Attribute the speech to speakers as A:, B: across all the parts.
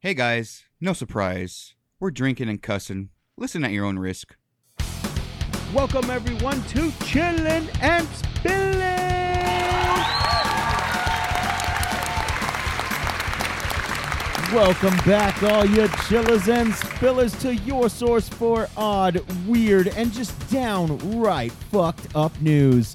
A: Hey guys, no surprise. We're drinking and cussing. Listen at your own risk.
B: Welcome everyone to Chillin' and Spillin'. Welcome back, all you chillers and spillers, to your source for odd, weird, and just downright fucked up news.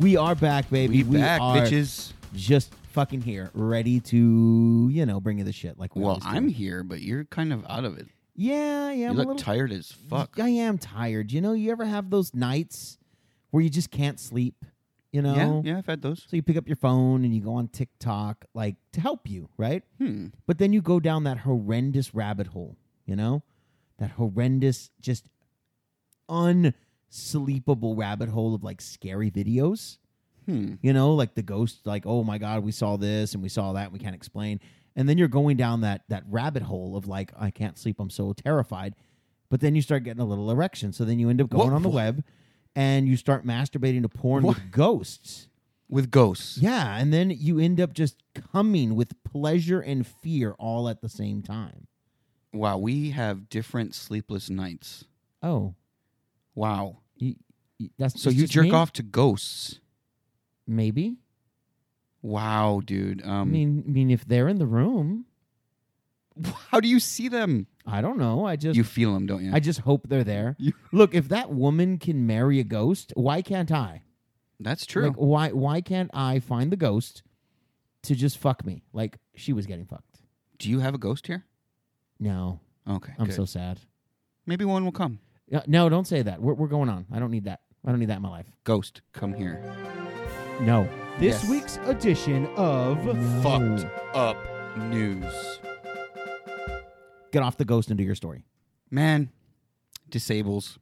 B: We are back, baby.
A: We, back,
B: are
A: bitches.
B: just fucking here, ready to you know bring you the shit. Like, we
A: Well,
B: always do.
A: I'm here, but you're kind of out of it.
B: yeah, yeah.
A: You
B: I'm a
A: look
B: little
A: tired as fuck.
B: I am tired. You know, you ever have those nights where you just can't sleep? You know?
A: Yeah, yeah, I've had those.
B: So you pick up your phone and you go on TikTok, like to help you, right?
A: Hmm.
B: But then you go down that horrendous rabbit hole, you know? That horrendous, just unsleepable rabbit hole of like scary videos,
A: Hmm.
B: you know, like the ghost, like, oh my God, we saw this and we saw that and we can't explain. And then you're going down that that rabbit hole of like, I can't sleep, I'm so terrified. But then you start getting a little erection. So then you end up going
A: Wha-
B: on the
A: wha-
B: web and you start masturbating to porn
A: Wha-
B: with ghosts.
A: With ghosts.
B: Yeah, and then you end up just coming with pleasure and fear all at the same time.
A: Wow, we have different sleepless nights.
B: Oh,
A: Wow.
B: you, you- that's
A: So
B: it's
A: you
B: just
A: jerk
B: me?
A: off to ghosts.
B: Maybe.
A: Wow, dude.
B: I
A: Um,
B: mean, I mean, if they're in the room,
A: how do you see them?
B: I don't know. I just,
A: You feel them, don't you?
B: I just hope they're there.
A: You-
B: Look, if that woman can marry a ghost, why can't I?
A: That's true.
B: Like, why, why can't I find the ghost to just fuck me? Like she was getting fucked.
A: do you have a ghost here?
B: No,
A: Okay.
B: I'm
A: good.
B: so sad.
A: Maybe one will come.
B: Uh, No, don't say that. We're, we're going on. I don't need that. I don't need that in my life.
A: Ghost, come here.
B: No. This
A: Yes.
B: week's edition of
A: Fucked up news.
B: Get off the ghost and do your story.
A: Man, disables.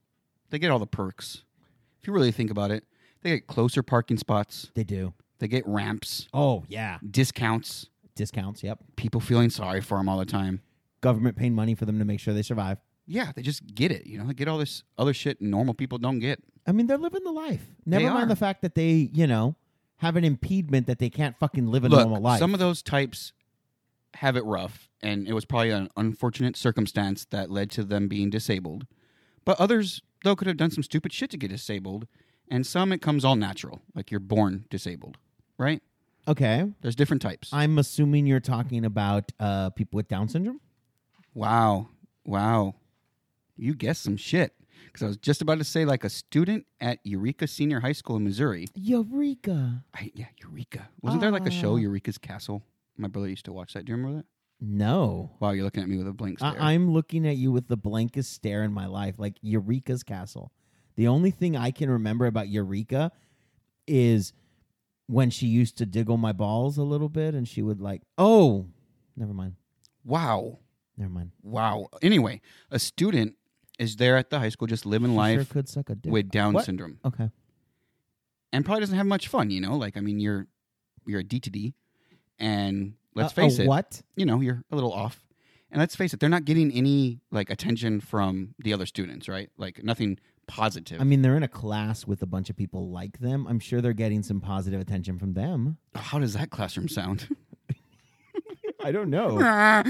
A: They get all the perks. If you really think about it, they get closer parking spots,
B: They do.
A: they get ramps,
B: Oh yeah,
A: discounts,
B: discounts. Yep.
A: people feeling sorry for them all the time.
B: Government paying money for them to make sure they survive.
A: Yeah, they just get it. You know, they get all this other shit normal people don't get.
B: I mean, they're living the life.
A: They
B: Never mind
A: are.
B: the fact that they, you know, have an impediment that they can't fucking live a normal
A: Look,
B: life.
A: some of those types have it rough, and it was probably an unfortunate circumstance that led to them being disabled. But others, though, could have done some stupid shit to get disabled, and some it comes all natural, like you're born disabled, right?
B: okay,
A: There's different types.
B: I'm assuming you're talking about uh, people with Down syndrome.
A: wow, wow, you guessed some shit. Because I was just about to say, like a student at Eureka Senior High School in Missouri.
B: Eureka.
A: I, yeah, Eureka. Wasn't there like a show,
B: Ah.
A: Eureka's Castle? My brother used to watch that. Do you remember that?
B: No.
A: Wow, you're looking at me with a blank stare.
B: I- I'm looking at you with the blankest stare in my life, like Eureka's Castle. The only thing I can remember about Eureka is when she used to diggle my balls a little bit and she would like, oh, never mind,
A: wow.
B: never mind.
A: Wow. Anyway, a student is there at the high school just living
B: She sure
A: life
B: could suck a dick.
A: with Down
B: What?
A: syndrome
B: Okay.
A: and probably doesn't have much fun, you know? Like, I mean, you're you're a D to D, and let's
B: Uh, A-
A: face
B: a
A: it,
B: What?
A: you know, you're a little off. And let's face it, they're not getting any like attention from the other students, right? Like nothing positive.
B: I mean, they're in a class with a bunch of people like them. I'm sure they're getting some positive attention from them.
A: How does that classroom sound?
B: I don't know.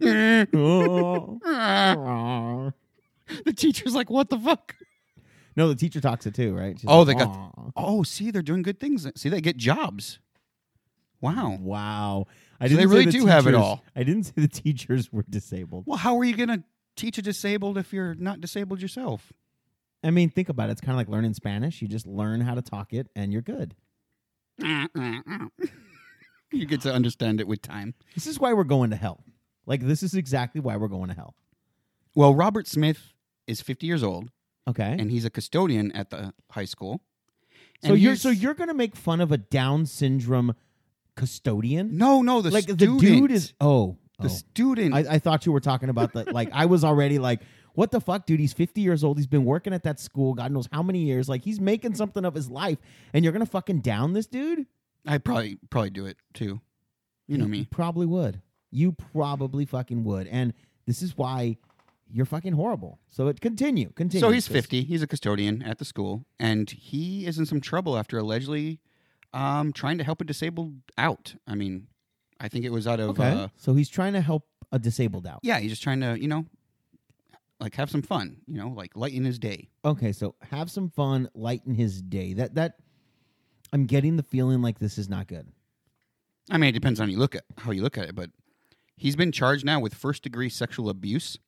A: the
B: Oh.
A: teacher's like, "What the fuck?"
B: No, the teacher talks it too, right? She's
A: Oh,
B: like,
A: they got-
B: "Aw."
A: Oh, see, they're doing good things. See, they get jobs. Wow.
B: Wow. I
A: Oh. So they
B: didn't say
A: really
B: the
A: do have it
B: teachers-
A: all.
B: I didn't say the teachers were disabled.
A: Well, how are you going to teach a disabled if you're not disabled yourself?
B: I mean, think about it. It's kind of like learning Spanish. You just learn how to talk it and you're good.
A: you get to understand it with time.
B: This is why we're going to hell. Like, this is exactly why we're going to hell.
A: Well, Robert Smith is 50 years old
B: Okay.
A: and he's a custodian at the high school.
B: so
A: And
B: you're
A: he's-
B: so you're gonna make fun of a Down syndrome custodian?
A: No, no, the
B: like
A: student,
B: the dude is oh,
A: the
B: oh.
A: student.
B: I, I thought you were talking about the like I was already like, what the fuck, dude? He's 50 years old. He's been working at that school, God knows how many years. Like he's making something of his life, and you're gonna fucking down this dude?
A: I probably probably do it too. You know me.
B: Probably would. You probably fucking would. And this is why you're fucking horrible. So it continue. Continue.
A: So he's
B: Just-
A: 50. He's a custodian at the school, and he is in some trouble after allegedly um, trying to help a disabled out. I mean, I think it was out of
B: Okay.
A: uh,
B: so he's trying to help a disabled out.
A: Yeah, he's just trying to, you know, like have some fun, you know, like lighten his day.
B: Okay, so have some fun, lighten his day. That that I'm getting the feeling like this is not good.
A: I mean, it depends on you look at how you look at it, but he's been charged now with first degree sexual abuse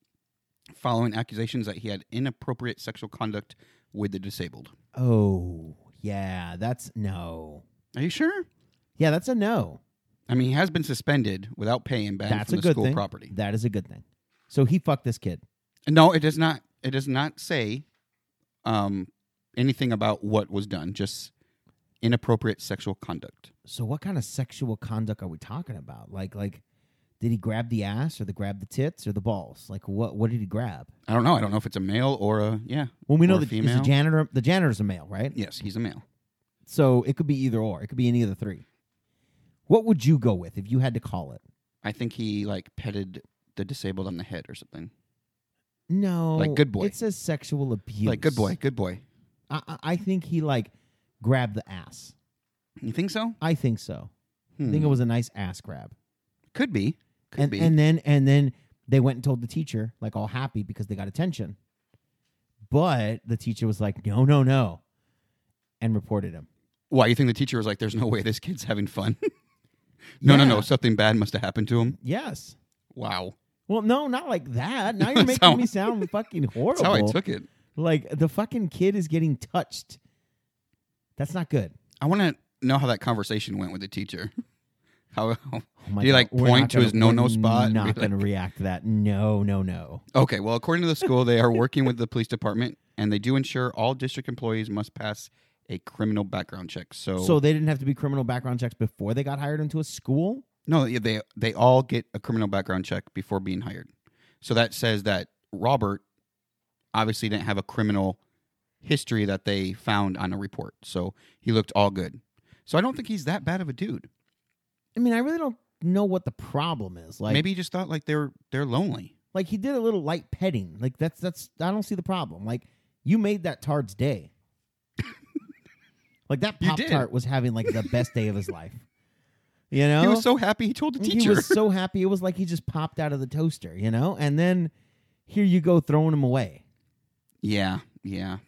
A: following accusations that he had inappropriate sexual conduct with the disabled.
B: Oh, yeah, that's no.
A: Are you sure?
B: Yeah, that's a no.
A: I mean, he has been suspended without pay and banned
B: that's
A: from
B: a
A: the
B: good
A: school
B: thing.
A: property.
B: That is a good thing. So he fucked this kid.
A: No, it does not. It does not say um, anything about what was done. Just inappropriate sexual conduct.
B: So what kind of sexual conduct are we talking about? Like like did he grab the ass or the grab the tits or the balls? Like what what did he grab?
A: I don't know. I don't know if it's a male or a yeah.
B: Well, we
A: Or
B: know
A: a
B: that is the
A: female.
B: janitor the janitor's a male, right?
A: Yes, he's a male.
B: So it could be either or. It could be any of the three. What would you go with if you had to call it?
A: I think he like petted the disabled on the head or something.
B: No,
A: Like good boy.
B: It says sexual abuse.
A: Like good boy, good boy.
B: I, I- I think he like grabbed the ass.
A: You think so?
B: I think so. I think
A: Hmm.
B: it was a nice ass grab.
A: could be. Could
B: and
A: be.
B: and then and then they went and told the teacher like all happy because they got attention. But the teacher was like, "No, no, no," and reported him.
A: Why you think the teacher was like, "There's no way this kid's having fun." no, no, no.
B: Yeah.
A: Something bad must have happened to him.
B: Yes.
A: Wow,
B: Well, no, not like that. Now you're
A: That's
B: making
A: how-
B: me sound fucking
A: that's
B: horrible.
A: how I took it.
B: Like the fucking kid is getting touched. That's not good.
A: I want to know how that conversation went with the teacher. How? how
B: Oh my
A: Did he,
B: God.
A: like,
B: We're
A: point
B: not
A: to his
B: gonna- we're
A: no-no spot and
B: Not
A: be like-
B: gonna react to that. No, no, no.
A: okay. Well, according to the school, they are working with the police department, and they do ensure all district employees must pass a criminal background check. So,
B: So they didn't have to be criminal background checks before they got hired into a school.
A: no, yeah, they they all get a criminal background check before being hired. So that says that Robert obviously didn't have a criminal history that they found on a report. So he looked all good. So I don't think he's that bad of a dude.
B: I mean, I really don't know what the problem is. Like
A: Maybe he just thought like they're they're lonely.
B: like he did a little light petting. Like that's that's I don't see the problem. Like you made that Tard's day. like that
A: You
B: Pop
A: did.
B: Tart was having like the best day of his life. You know?
A: He was so happy he told the
B: He
A: teacher.
B: was so happy. It was like he just popped out of the toaster, you know? And then here you go throwing him away.
A: yeah, yeah.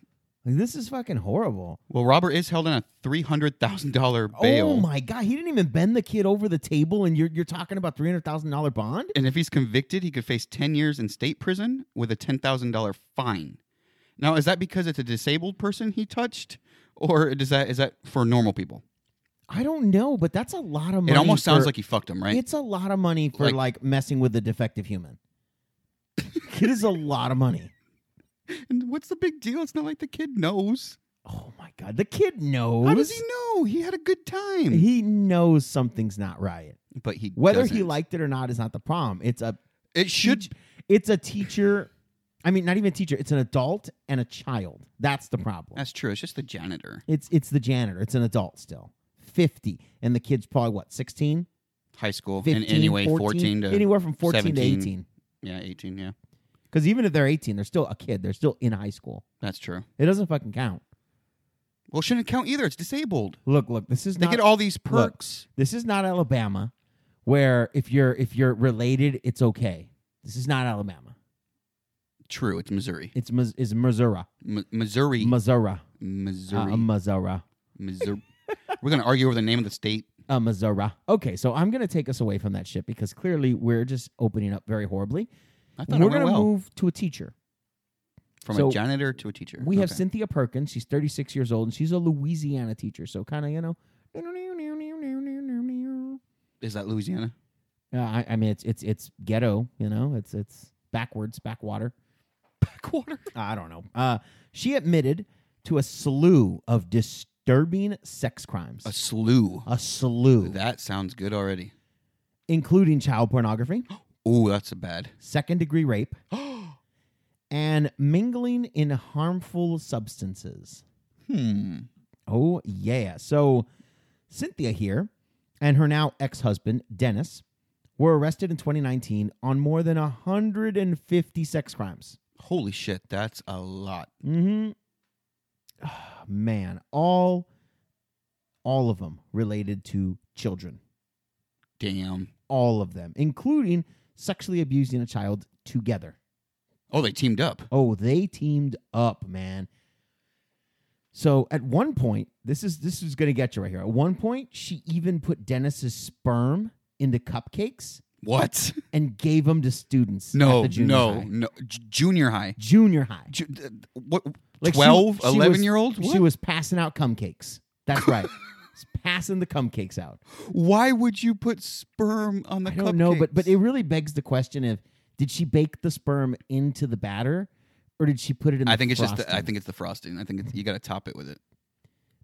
B: Like this is fucking horrible.
A: Well, Robert is held on a three hundred thousand dollar bail,
B: Oh my god, he didn't even bend the kid over the table and you're you're talking about $300,000 bond?
A: and if he's convicted, he could face ten years in state prison with a ten thousand dollar fine. Now, is that because it's a disabled person he touched, or does that is that for normal people?
B: I don't know, but that's a lot of money.
A: It almost sounds
B: for-
A: like he fucked him, right?
B: It's a lot of money for like,
A: Like-
B: messing with a defective human. it is a lot of money.
A: And what's the big deal? It's not like the kid knows.
B: Oh my god, the kid knows.
A: How does he know? He had a good time.
B: He knows something's not right.
A: but he
B: Whether he
A: doesn't.
B: liked it or not is not the problem. It's a
A: it should
B: teach- It's a teacher. I mean, not even a teacher. It's an adult and a child. That's the problem.
A: That's true. It's just the janitor.
B: It's it's the janitor. It's an adult still, fifty, and the kid's probably what 16,
A: High school
B: 15,
A: and anyway 14, to
B: anywhere from fourteen to
A: 17.
B: eighteen.
A: yeah, 18, yeah.
B: Because even if they're eighteen, they're still a kid. They're still in high school.
A: That's true.
B: It doesn't fucking count.
A: Well, shouldn't count either. It's disabled.
B: Look, look, this is
A: They
B: not
A: get all these perks.
B: this is not Alabama where if you're if you're related, it's okay. This is not Alabama.
A: True, it's Missouri.
B: It's Mis- is Missouri.
A: M- Missouri.
B: Missouri.
A: Missouri.
B: Uh, Missouri.
A: Missouri. We're going to argue over the name of the state.
B: Uh, Missouri. Okay, so I'm going to take us away from that shit because clearly we're just opening up very horribly.
A: I thought
B: We're
A: it went
B: gonna
A: well.
B: move to a teacher.
A: From
B: so
A: a janitor to a teacher.
B: We have
A: Okay.
B: Cynthia Perkins. She's 36 years old and she's a Louisiana teacher. So kind of, you know.
A: Is that Louisiana?
B: Uh, I, I mean, it's it's it's ghetto, you know. It's it's backwards, backwater.
A: Backwater.
B: I don't know. Uh, she admitted to a slew of disturbing sex crimes.
A: A slew.
B: A slew,
A: That sounds good already.
B: including child pornography,
A: Ooh, that's a bad.
B: second degree rape,
A: hmm.
B: and mingling in harmful substances.
A: Hmm.
B: Oh, yeah. So Cynthia here and her now ex husband, Dennis, were arrested in 2019 on more than 150 sex crimes.
A: Holy shit, that's a lot.
B: Mm-hmm. Ah, man, all all of them related to children.
A: Damn.
B: All of them, including sexually abusing a child together.
A: Oh, they teamed up.
B: Oh, they teamed up, man. So at one point, this is this is gonna get you right here. At one point, she even put Dennis's sperm into cupcakes
A: What?
B: and gave them to students. at
A: No,
B: the junior
A: no,
B: high.
A: no. J- Junior high.
B: junior high.
A: Ju- th- what?
B: Like she-
A: 12,
B: she was-
A: 11 year old?
B: She was passing out cupcakes. That's right, She's passing the cupcakes out.
A: Why would you put sperm on the
B: I don't know, but
A: cupcakes?
B: but it really begs the question of did she bake the sperm into the batter, or did she put it in? the
A: I think it's just. The, I
B: frosting?
A: think it's the frosting. I think it's, you got to top it with it.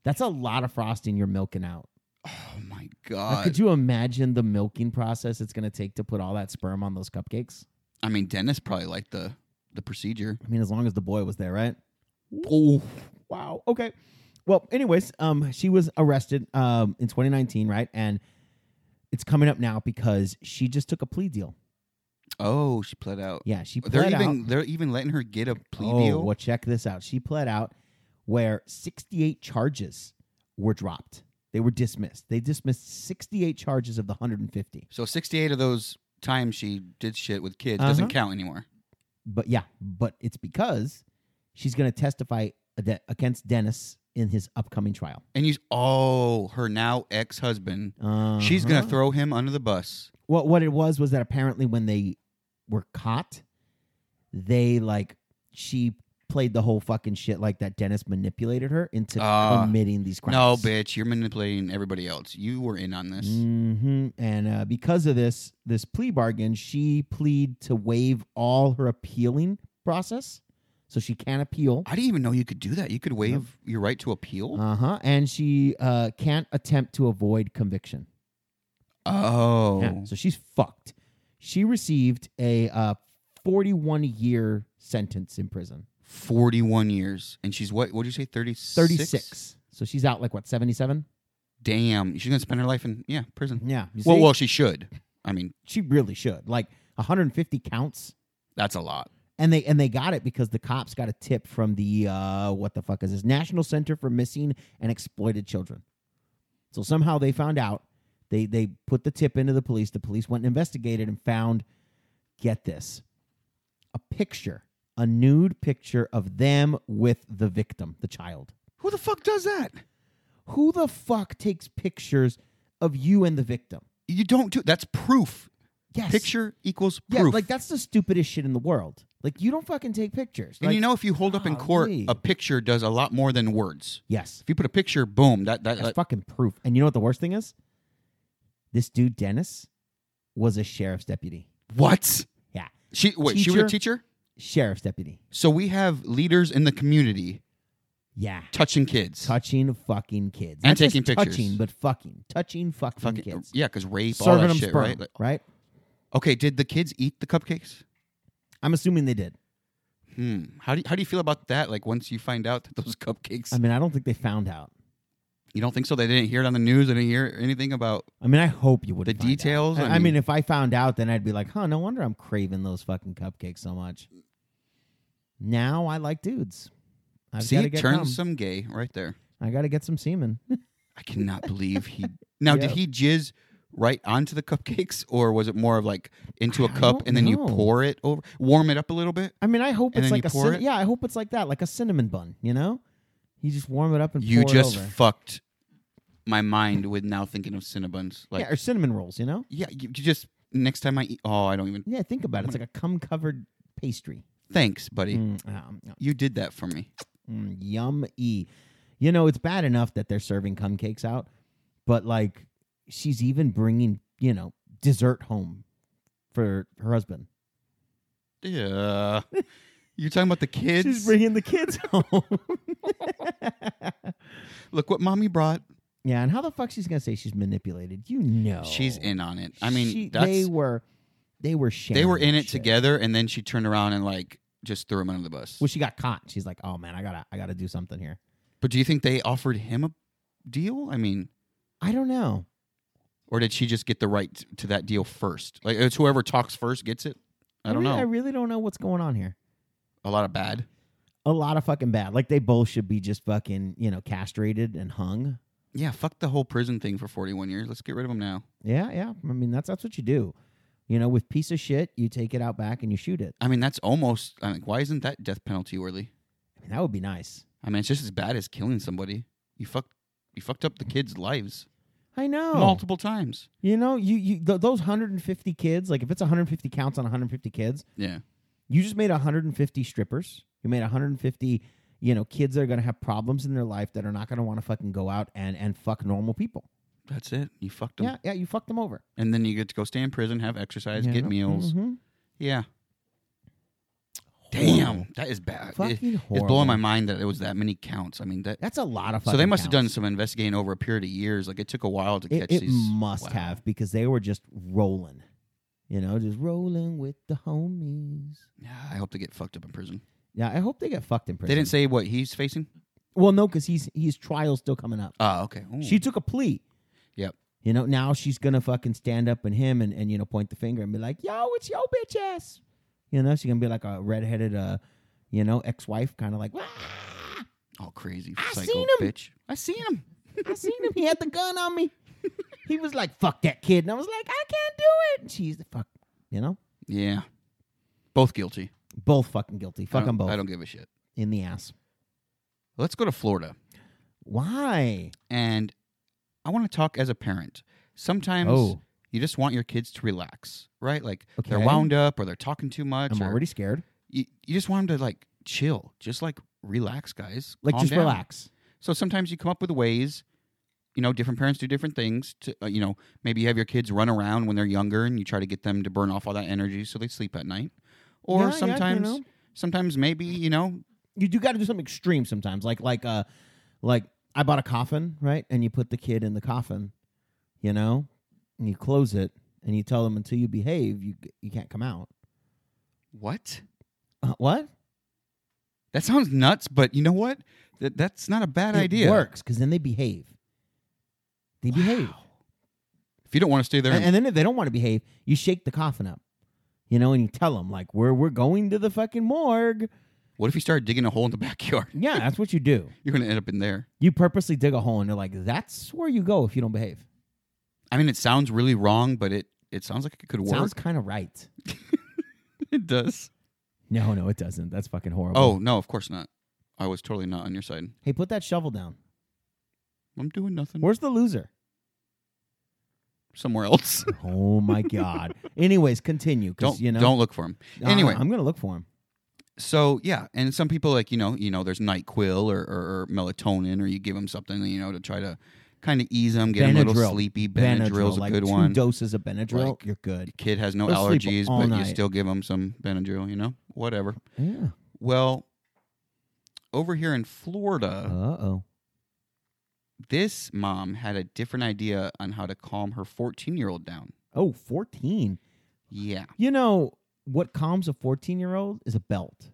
B: that's a lot of frosting you're milking out.
A: Oh my
B: Now,
A: god!
B: could you imagine the milking process it's going to take to put all that sperm on those cupcakes?
A: I mean, Dennis probably liked the the procedure.
B: I mean, as long as the boy was there, right?
A: Oh,
B: Wow. Okay. Well, anyways, um, she was arrested um in 2019, right? And it's coming up now because she just took a plea deal.
A: oh, she pled out.
B: Yeah, she pled
A: they're
B: out.
A: even they're even letting her get a plea
B: oh,
A: deal.
B: well, check this out. She pled out where 68 charges were dropped. They were dismissed. They dismissed 68 charges of the 150.
A: So sixty eight of those times she did shit with kids doesn't
B: Uh-huh.
A: count anymore.
B: But yeah, but it's because she's going to testify ade- against Dennis in his upcoming trial.
A: And you, oh, her now ex husband.
B: Uh,
A: She's gonna throw him under the bus.
B: What what it was was that apparently when they were caught, they like she played the whole fucking shit like that. Dennis manipulated her into
A: Ah.
B: committing these crimes.
A: No, bitch, you're manipulating everybody else. You were in on this.
B: hmm And uh, because of this this plea bargain, she plead to waive all her appealing process, so she can't appeal.
A: I didn't even know you could do that. You could waive your right to appeal.
B: Uh huh. And she uh, can't attempt to avoid conviction.
A: oh,
B: Yeah, so she's fucked. She received a uh, 41 year sentence in prison.
A: 41 years, and she's what? What did you say? 36?
B: 36. So she's out like what 77?
A: Damn, she's gonna spend her life in yeah prison.
B: Yeah. You
A: Mm-hmm. Well,
B: see?
A: well, she should. I mean,
B: she really should. Like 150 counts.
A: that's a lot.
B: and they and they got it because the cops got a tip from the uh, what the fuck is this National Center for Missing and Exploited Children. So somehow they found out. They they put the tip into the police. The police went and investigated and found, get this, a picture, a nude picture of them with the victim, the child.
A: Who the fuck does that?
B: Who the fuck takes pictures of you and the victim?
A: You don't do. That's proof.
B: Yes.
A: Picture equals
B: Yeah,
A: proof.
B: like that's the stupidest shit in the world. Like you don't fucking take pictures.
A: And
B: Like,
A: you know, if you hold up in court,
B: golly.
A: a picture does a lot more than words.
B: yes.
A: If you put a picture, boom, that that,
B: That's
A: that
B: fucking proof. And you know what the worst thing is? This dude Dennis was a sheriff's deputy.
A: what?
B: Yeah,
A: She wait, she was a
B: Teacher.
A: teacher.
B: sheriff's deputy.
A: So we have leaders in the community
B: Yeah,
A: touching kids.
B: touching fucking kids
A: And
B: Not just
A: taking pictures.
B: Touching, but fucking touching fucking,
A: Fucking,
B: kids.
A: yeah, because rape, all
B: Serving
A: that
B: them
A: shit,
B: sperm,
A: right? Like-
B: right?
A: Okay, did the kids eat the cupcakes?
B: I'm assuming they did.
A: Hmm. How do you, how do you feel about that? Like once you find out that those cupcakes,
B: I mean, I don't think they found out.
A: you don't think so? They didn't hear it on the news. They didn't hear anything about.
B: I mean, I hope you would.
A: The details, I
B: I, I mean, if I found out, then I'd be like, "Huh, no wonder I'm craving those fucking cupcakes so much." Now I like dudes. I've
A: see,
B: got to
A: it
B: get
A: turns
B: cum.
A: some gay right there.
B: I got to get some semen.
A: I cannot believe he. Now, did
B: Yeah.
A: he jizz right onto the cupcakes, or was it more of like into a
B: I
A: cup
B: don't
A: and then you
B: know.
A: pour it over, warm it up a little bit?
B: I mean, I hope
A: And
B: it's
A: then
B: like
A: you
B: a
A: pour it?
B: cin- yeah. I hope it's like that, like a cinnamon bun. You know, you just warm it up and
A: You
B: pour
A: just
B: it over.
A: fucked my mind with now thinking of Cinnabuns. Like,
B: yeah, or cinnamon rolls. You know,
A: yeah, you you just next time I eat. Oh, I don't even.
B: yeah. Think about it. It's like a cum covered pastry.
A: Thanks, buddy.
B: Mm, um,
A: You did that for me.
B: mm, yum e. You know, it's bad enough that they're serving cum cakes out, but like she's even bringing you know dessert home for her husband.
A: Yeah. You're talking about the kids.
B: she's bringing the kids home.
A: Look what mommy brought.
B: yeah, and how the fuck she's gonna say she's manipulated? You know,
A: She's in on it. I mean,
B: She-
A: that's
B: they
A: they,
B: were they were sharing
A: were in
B: that
A: it
B: shit.
A: together, and then she turned around and like just threw him under the bus.
B: Well, she got caught. She's like, "Oh man, I gotta, I gotta do something here."
A: but do you think they offered him a deal? I mean,
B: I don't know.
A: or did she just get the right t- to that deal first? Like it's whoever talks first gets it. I don't
B: really, I
A: know.
B: really don't know what's going on here.
A: A lot of bad.
B: A lot of fucking bad. Like they both should be just fucking, you know, castrated and hung.
A: Yeah, fuck the whole prison thing for 41 years. Let's get rid of him now.
B: Yeah, yeah. I mean, that's that's what you do. You know, with piece of shit, you take it out back and you shoot it.
A: I mean, that's almost. I mean, why isn't that death penalty worthy?
B: I mean, that would be nice.
A: I mean, it's just as bad as killing somebody. You fucked. You fucked up the kids' lives
B: I know.
A: multiple times.
B: You know, you you th- those 150 kids, like if it's 150 counts on 150 kids,
A: Yeah.
B: you just made 150 strippers. You made 150, you know, kids that are going to have problems in their life that are not going to want to fucking go out and and fuck normal people.
A: That's it. You fucked them.
B: Yeah, yeah, you fucked them over.
A: And then you get to go stay in prison, have exercise,
B: You
A: get
B: know?
A: meals.
B: Mhm.
A: Yeah.
B: Horrible.
A: Damn, that is bad. It-
B: Fucking
A: it's
B: horrible.
A: blowing my mind that it was that many counts. I mean, that.
B: That's a lot of fucking
A: So they must have done
B: counts.
A: some investigating over a period of years. Like it took a while to
B: It,
A: catch
B: it
A: these.
B: must
A: Wow.
B: have because they were just rolling. You know, just rolling with the homies.
A: Yeah, I hope they get fucked up in prison.
B: Yeah, I hope they get fucked in prison.
A: They didn't say what he's facing.
B: Well, no, because he's he's trial's still coming up.
A: Oh, okay. Ooh.
B: She took a plea.
A: Yep.
B: You know, now she's gonna fucking stand up and him and, and you know point the finger and be like, "Yo, it's your bitch ass." You know, she's gonna be like a redheaded, uh, you know, ex-wife, kind of like, "Ah,
A: Oh, crazy
B: I
A: psycho
B: seen him.
A: bitch. I seen him.
B: "I seen him. He had the gun on me." he was like, "Fuck that kid," and I was like, "I can't do it." And she's the fuck, you know,
A: Yeah. Both guilty.
B: both fucking guilty.
A: I
B: Fuck
A: don't-
B: them both
A: I don't give a shit.
B: in the ass.
A: Let's go to Florida.
B: Why?
A: And I want to talk as a parent. Sometimes
B: Oh,
A: you just want your kids to relax, right? Like they're
B: Okay.
A: wound up or they're talking too much.
B: I'm
A: or
B: already scared.
A: you, you just want them to like chill, just like relax, guys.
B: Like,
A: Calm
B: just
A: down.
B: relax.
A: So sometimes you come up with ways. You know, different parents do different things. To uh, you know, maybe you have your kids run around when they're younger, and you try to get them to burn off all that energy so they sleep at night. Or
B: Yeah, yeah, you
A: sometimes,
B: know.
A: sometimes maybe you know,
B: you do got to do something extreme sometimes like like uh like i bought a coffin right and you put the kid in the coffin you know and you close it and you tell them until you behave you you can't come out
A: what?
B: uh, what
A: That sounds nuts, but you know what? That that's not a bad
B: it
A: idea.
B: works because then they behave they behave
A: Wow. If you don't want to stay there,
B: and,
A: and,
B: and then if they don't want to behave you shake the coffin up you know and you tell them like we're we're going to the fucking morgue
A: what if you start digging a hole in the backyard?
B: yeah that's what you do
A: You're going to end up in there.
B: you purposely dig a hole and they're like that's where you go if you don't behave
A: I mean, it sounds really wrong, but it it sounds like it could work.
B: sounds kind of right
A: it does.
B: no no it doesn't that's fucking horrible
A: Oh no, of course not. I was totally not on your side.
B: Hey, put that shovel down.
A: I'm doing nothing.
B: Where's the loser?
A: somewhere else.
B: oh my god. Anyways, continue. 'cause,
A: don't
B: you know,
A: don't look for him.
B: uh,
A: anyway.
B: I'm gonna look for him.
A: So yeah, and some people like you know you know there's Nyquil or, or, or melatonin or you give them something you know to try to kind of ease them, get them a little
B: Benadryl.
A: sleepy. Benadryl's a
B: like
A: good
B: two
A: one.
B: doses of Benadryl,
A: Like-
B: you're good.
A: Kid has no
B: They'll sleep
A: allergies,
B: all
A: but you
B: night.
A: still give them some Benadryl. You know, whatever.
B: Yeah.
A: Well, over here in Florida.
B: Uh oh.
A: this mom had a different idea on how to calm her 14 year old down.
B: Oh, 14.
A: Yeah.
B: You know what calms a 14 year old is a belt.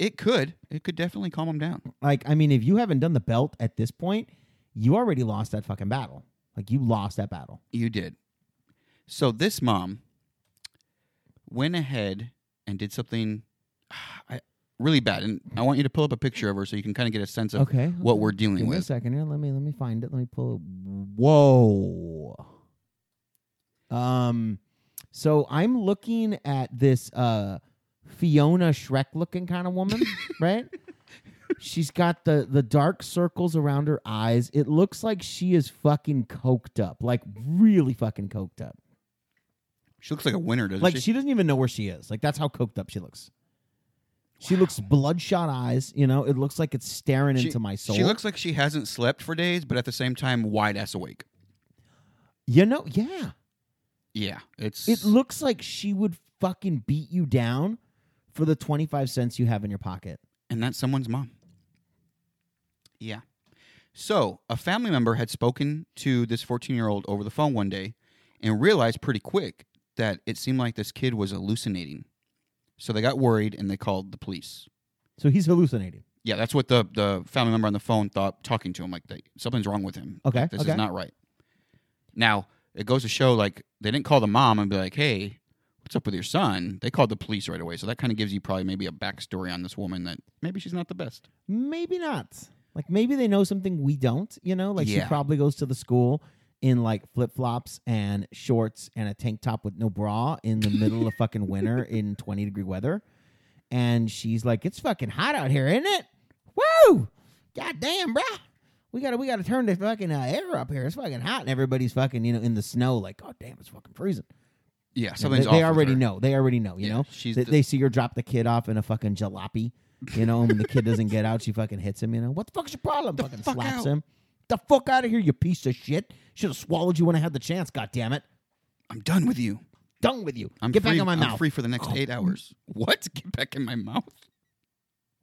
A: It could. It could definitely calm him down.
B: Like, I mean, if you haven't done the belt at this point, you already lost that fucking battle. Like you lost that battle.
A: You did. So this mom went ahead and did something ah, I, really bad. And I want you to pull up a picture of her so you can kind of get a sense of
B: okay.
A: what we're dealing
B: Give me a
A: with.
B: second here. Let me let me find it. Let me pull it. Whoa. Um so I'm looking at this uh Fiona Shrek looking kind of woman, right? She's got the the dark circles around her eyes. It looks like she is fucking coked up. Like really fucking coked up.
A: She looks like a winner, doesn't
B: Like
A: she?
B: she doesn't even know where she is. Like that's how coked up she looks. She looks bloodshot eyes, you know. It looks like it's staring into my soul.
A: She looks like she hasn't slept for days, but at the same time, wide ass awake.
B: you know, yeah.
A: Yeah. It's.
B: It looks like she would fucking beat you down for the 25 cents you have in your pocket.
A: and that's someone's mom. Yeah. So a family member had spoken to this 14 year old over the phone one day and realized pretty quick that it seemed like this kid was hallucinating. So they got worried and they called the police.
B: So he's hallucinating.
A: Yeah, that's what the, the family member on the phone thought talking to him. Like, they, something's wrong with him.
B: Okay.
A: This
B: okay.
A: is not right. Now, it goes to show, like, they didn't call the mom and be like, hey, what's up with your son? They called the police right away. So that kind of gives you probably maybe a backstory on this woman that maybe she's not the best.
B: maybe not. Like maybe they know something we don't, you know? Like she
A: Yeah.
B: probably goes to the school in like flip flops and shorts and a tank top with no bra in the middle of fucking winter in 20 degree weather. And she's like, it's fucking hot out here, isn't it? Woo! God damn, bruh. We gotta we gotta turn the fucking uh, air up here. It's fucking hot, and everybody's fucking you know in the snow. Like, God damn, it's fucking freezing.
A: Yeah,
B: You know,
A: something's
B: they,
A: off.
B: they
A: with
B: already
A: her.
B: know. They already know. You
A: Yeah,
B: know,
A: she's
B: they,
A: the-
B: they see her drop the kid off in a fucking jalopy. You know, and when the kid doesn't get out, she fucking hits him. You know, what the fuck's your problem?
A: The
B: fucking
A: fuck
B: slaps
A: out.
B: him. The fuck out of here, you piece of shit! Should have swallowed you when I had the chance. God damn it!
A: I'm done with you.
B: Done with you.
A: I'm
B: Get
A: free.
B: back in my
A: I'm
B: mouth. Oh.
A: free for the next eight hours. What? Get back in my mouth?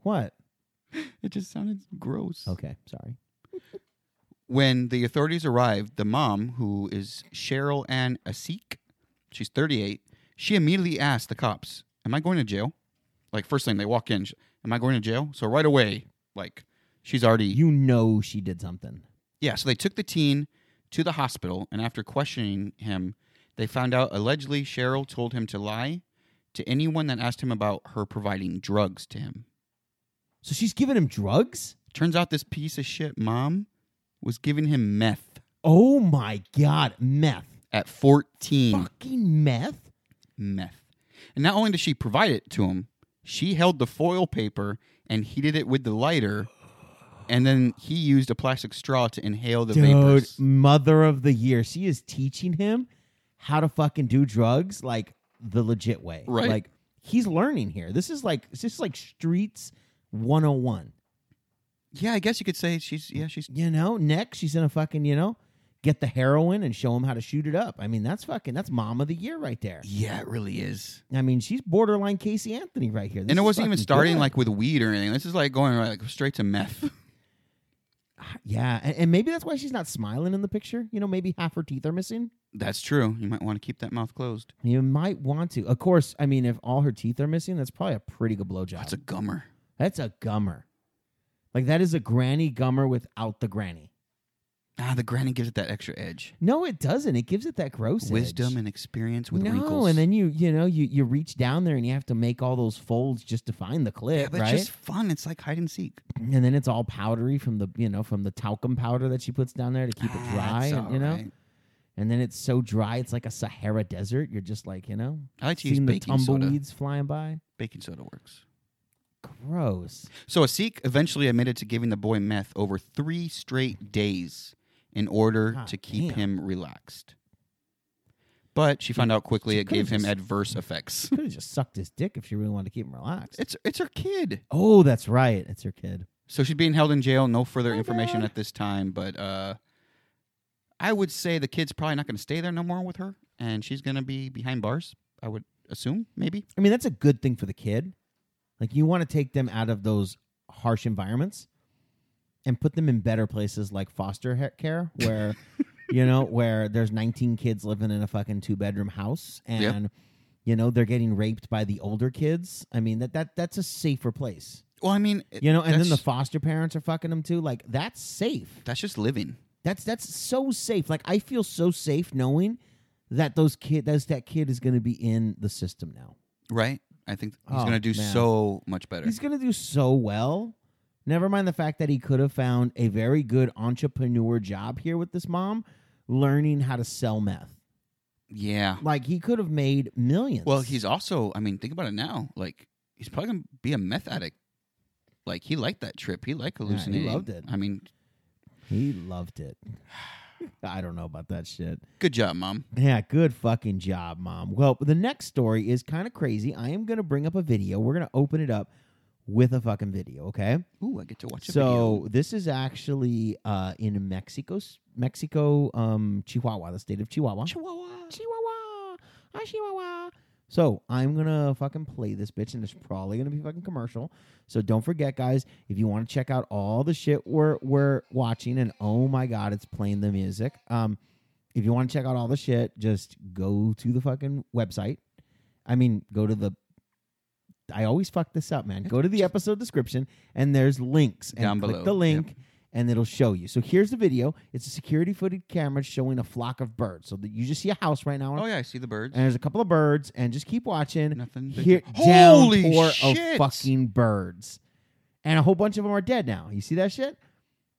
B: What?
A: It just sounded gross.
B: Okay, sorry.
A: When the authorities arrived, the mom, who is Cheryl Ann Asik, she's 38, she immediately asked the cops, Am I going to jail? Like, first thing they walk in, sh- Am I going to jail? So, right away, like, she's already.
B: You know she did something.
A: yeah, so they took the teen to the hospital, and after questioning him, they found out allegedly Cheryl told him to lie to anyone that asked him about her providing drugs to him.
B: So she's giving him drugs.
A: Turns out this piece of shit mom was giving him meth
B: Oh my god, meth.
A: at 14.
B: Fucking meth.
A: meth. And not only did she provide it to him, she held the foil paper and heated it with the lighter, and then he used a plastic straw to inhale the vapors.
B: mother of the year. She is teaching him how to fucking do drugs like the legit way.
A: Right.
B: Like he's learning here. This is like it's just like streets 101.
A: Yeah, I guess you could say she's yeah she's
B: You know, next she's gonna fucking, you know, get the heroin and show him how to shoot it up. I mean, that's fucking that's mom of the year right there.
A: yeah it really is.
B: I mean, she's borderline Casey Anthony right here. This
A: and it
B: is
A: wasn't even
B: fucking
A: starting
B: good.
A: like with weed or anything. This is like going like straight to meth.
B: Yeah, and, and maybe that's why she's not smiling in the picture. You know, maybe half her teeth are missing.
A: That's true. You might want to keep that mouth closed.
B: You might want to. Of course, I mean, if all her teeth are missing, that's probably a pretty good blowjob.
A: That's a gummer.
B: That's a gummer. Like that is a granny gummer without the granny.
A: Ah, the granny gives it that extra edge,
B: No, it doesn't. It gives it that gross
A: wisdom
B: edge.
A: and experience with
B: no,
A: wrinkles.
B: and then you you know you you reach down there and you have to make all those folds just to find the
A: yeah,
B: clip,
A: but
B: right?
A: it's just fun. It's like hide and seek.
B: And then it's all powdery from the you know from the talcum powder that she puts down there to keep it
A: Ah,
B: dry,
A: it's
B: and, you know.
A: alright.
B: And then it's so dry, it's like a Sahara desert. You're just like you know,
A: I like to use
B: seeing the
A: baking soda.
B: tumbleweeds flying by.
A: Baking soda works.
B: Gross.
A: So a Sikh eventually admitted to giving the boy meth over three straight days in order
B: Ah,
A: to keep
B: damn.
A: him relaxed. But she found out quickly
B: she
A: it gave
B: could've
A: him
B: just-
A: adverse effects.
B: Could have just sucked his dick if she really wanted to keep him relaxed.
A: It's it's her kid.
B: oh, that's right. It's her kid.
A: So she's being held in jail. No further
B: My
A: information
B: bad.
A: at this time, but uh, I would say the kid's probably not going to stay there no more with her, and she's going to be behind bars. I would assume, maybe.
B: I mean, that's a good thing for the kid. Like, you want to take them out of those harsh environments and put them in better places like foster he- care, where, you know, where there's 19 kids living in a fucking two bedroom house and,
A: Yep.
B: you know, they're getting raped by the older kids. I mean, that, that that's a safer place,
A: Well, I mean, it-
B: you know, and then the
A: that's-
B: foster parents are fucking them too. Like, that's safe.
A: that's just living.
B: That's that's so safe. Like, I feel so safe knowing that those kid that's that kid is going to be in the system now.
A: Right. I think he's
B: Oh,
A: going to do
B: man.
A: so much better.
B: He's going to do so well. Never mind the fact that he could have found a very good entrepreneur job here with this mom learning how to sell meth.
A: yeah.
B: Like he could have made millions.
A: Well, he's also, I mean, think about it now. Like, he's probably going to be a meth addict. Like, he liked that trip. He liked
B: he
A: hallucinating.
B: loved it.
A: I mean,
B: he loved it. I don't know about that shit.
A: good job, mom.
B: Yeah, good fucking job, mom. Well, the next story is kind of crazy. I am going to bring up a video. We're going to open it up with a fucking video, okay?
A: Ooh, I get to watch a
B: so
A: video.
B: this is actually uh, in Mexico, Mexico, um, Chihuahua, the state of Chihuahua.
A: Chihuahua.
B: Chihuahua. Hi, Chihuahua. So I'm gonna fucking play this bitch, and it's probably gonna be fucking commercial. So don't forget, guys, if you want to check out all the shit we're we're watching, and oh my god, it's playing the music. Um, if you want to check out all the shit, just go to the fucking website. I mean, go to the. I always fuck this up, man. Go to the episode description, and there's links, and
A: Down
B: click
A: below.
B: the link,
A: Yep.
B: and it'll show you. So here's the video. It's a security footed camera showing a flock of birds. So that you just see a house right now,
A: Oh, yeah, I see the birds.
B: and there's a couple of birds, and just keep watching.
A: Nothing. big-
B: Here,
A: Holy
B: downpour
A: shit.
B: of fucking birds, and a whole bunch of them are dead now. You see that shit?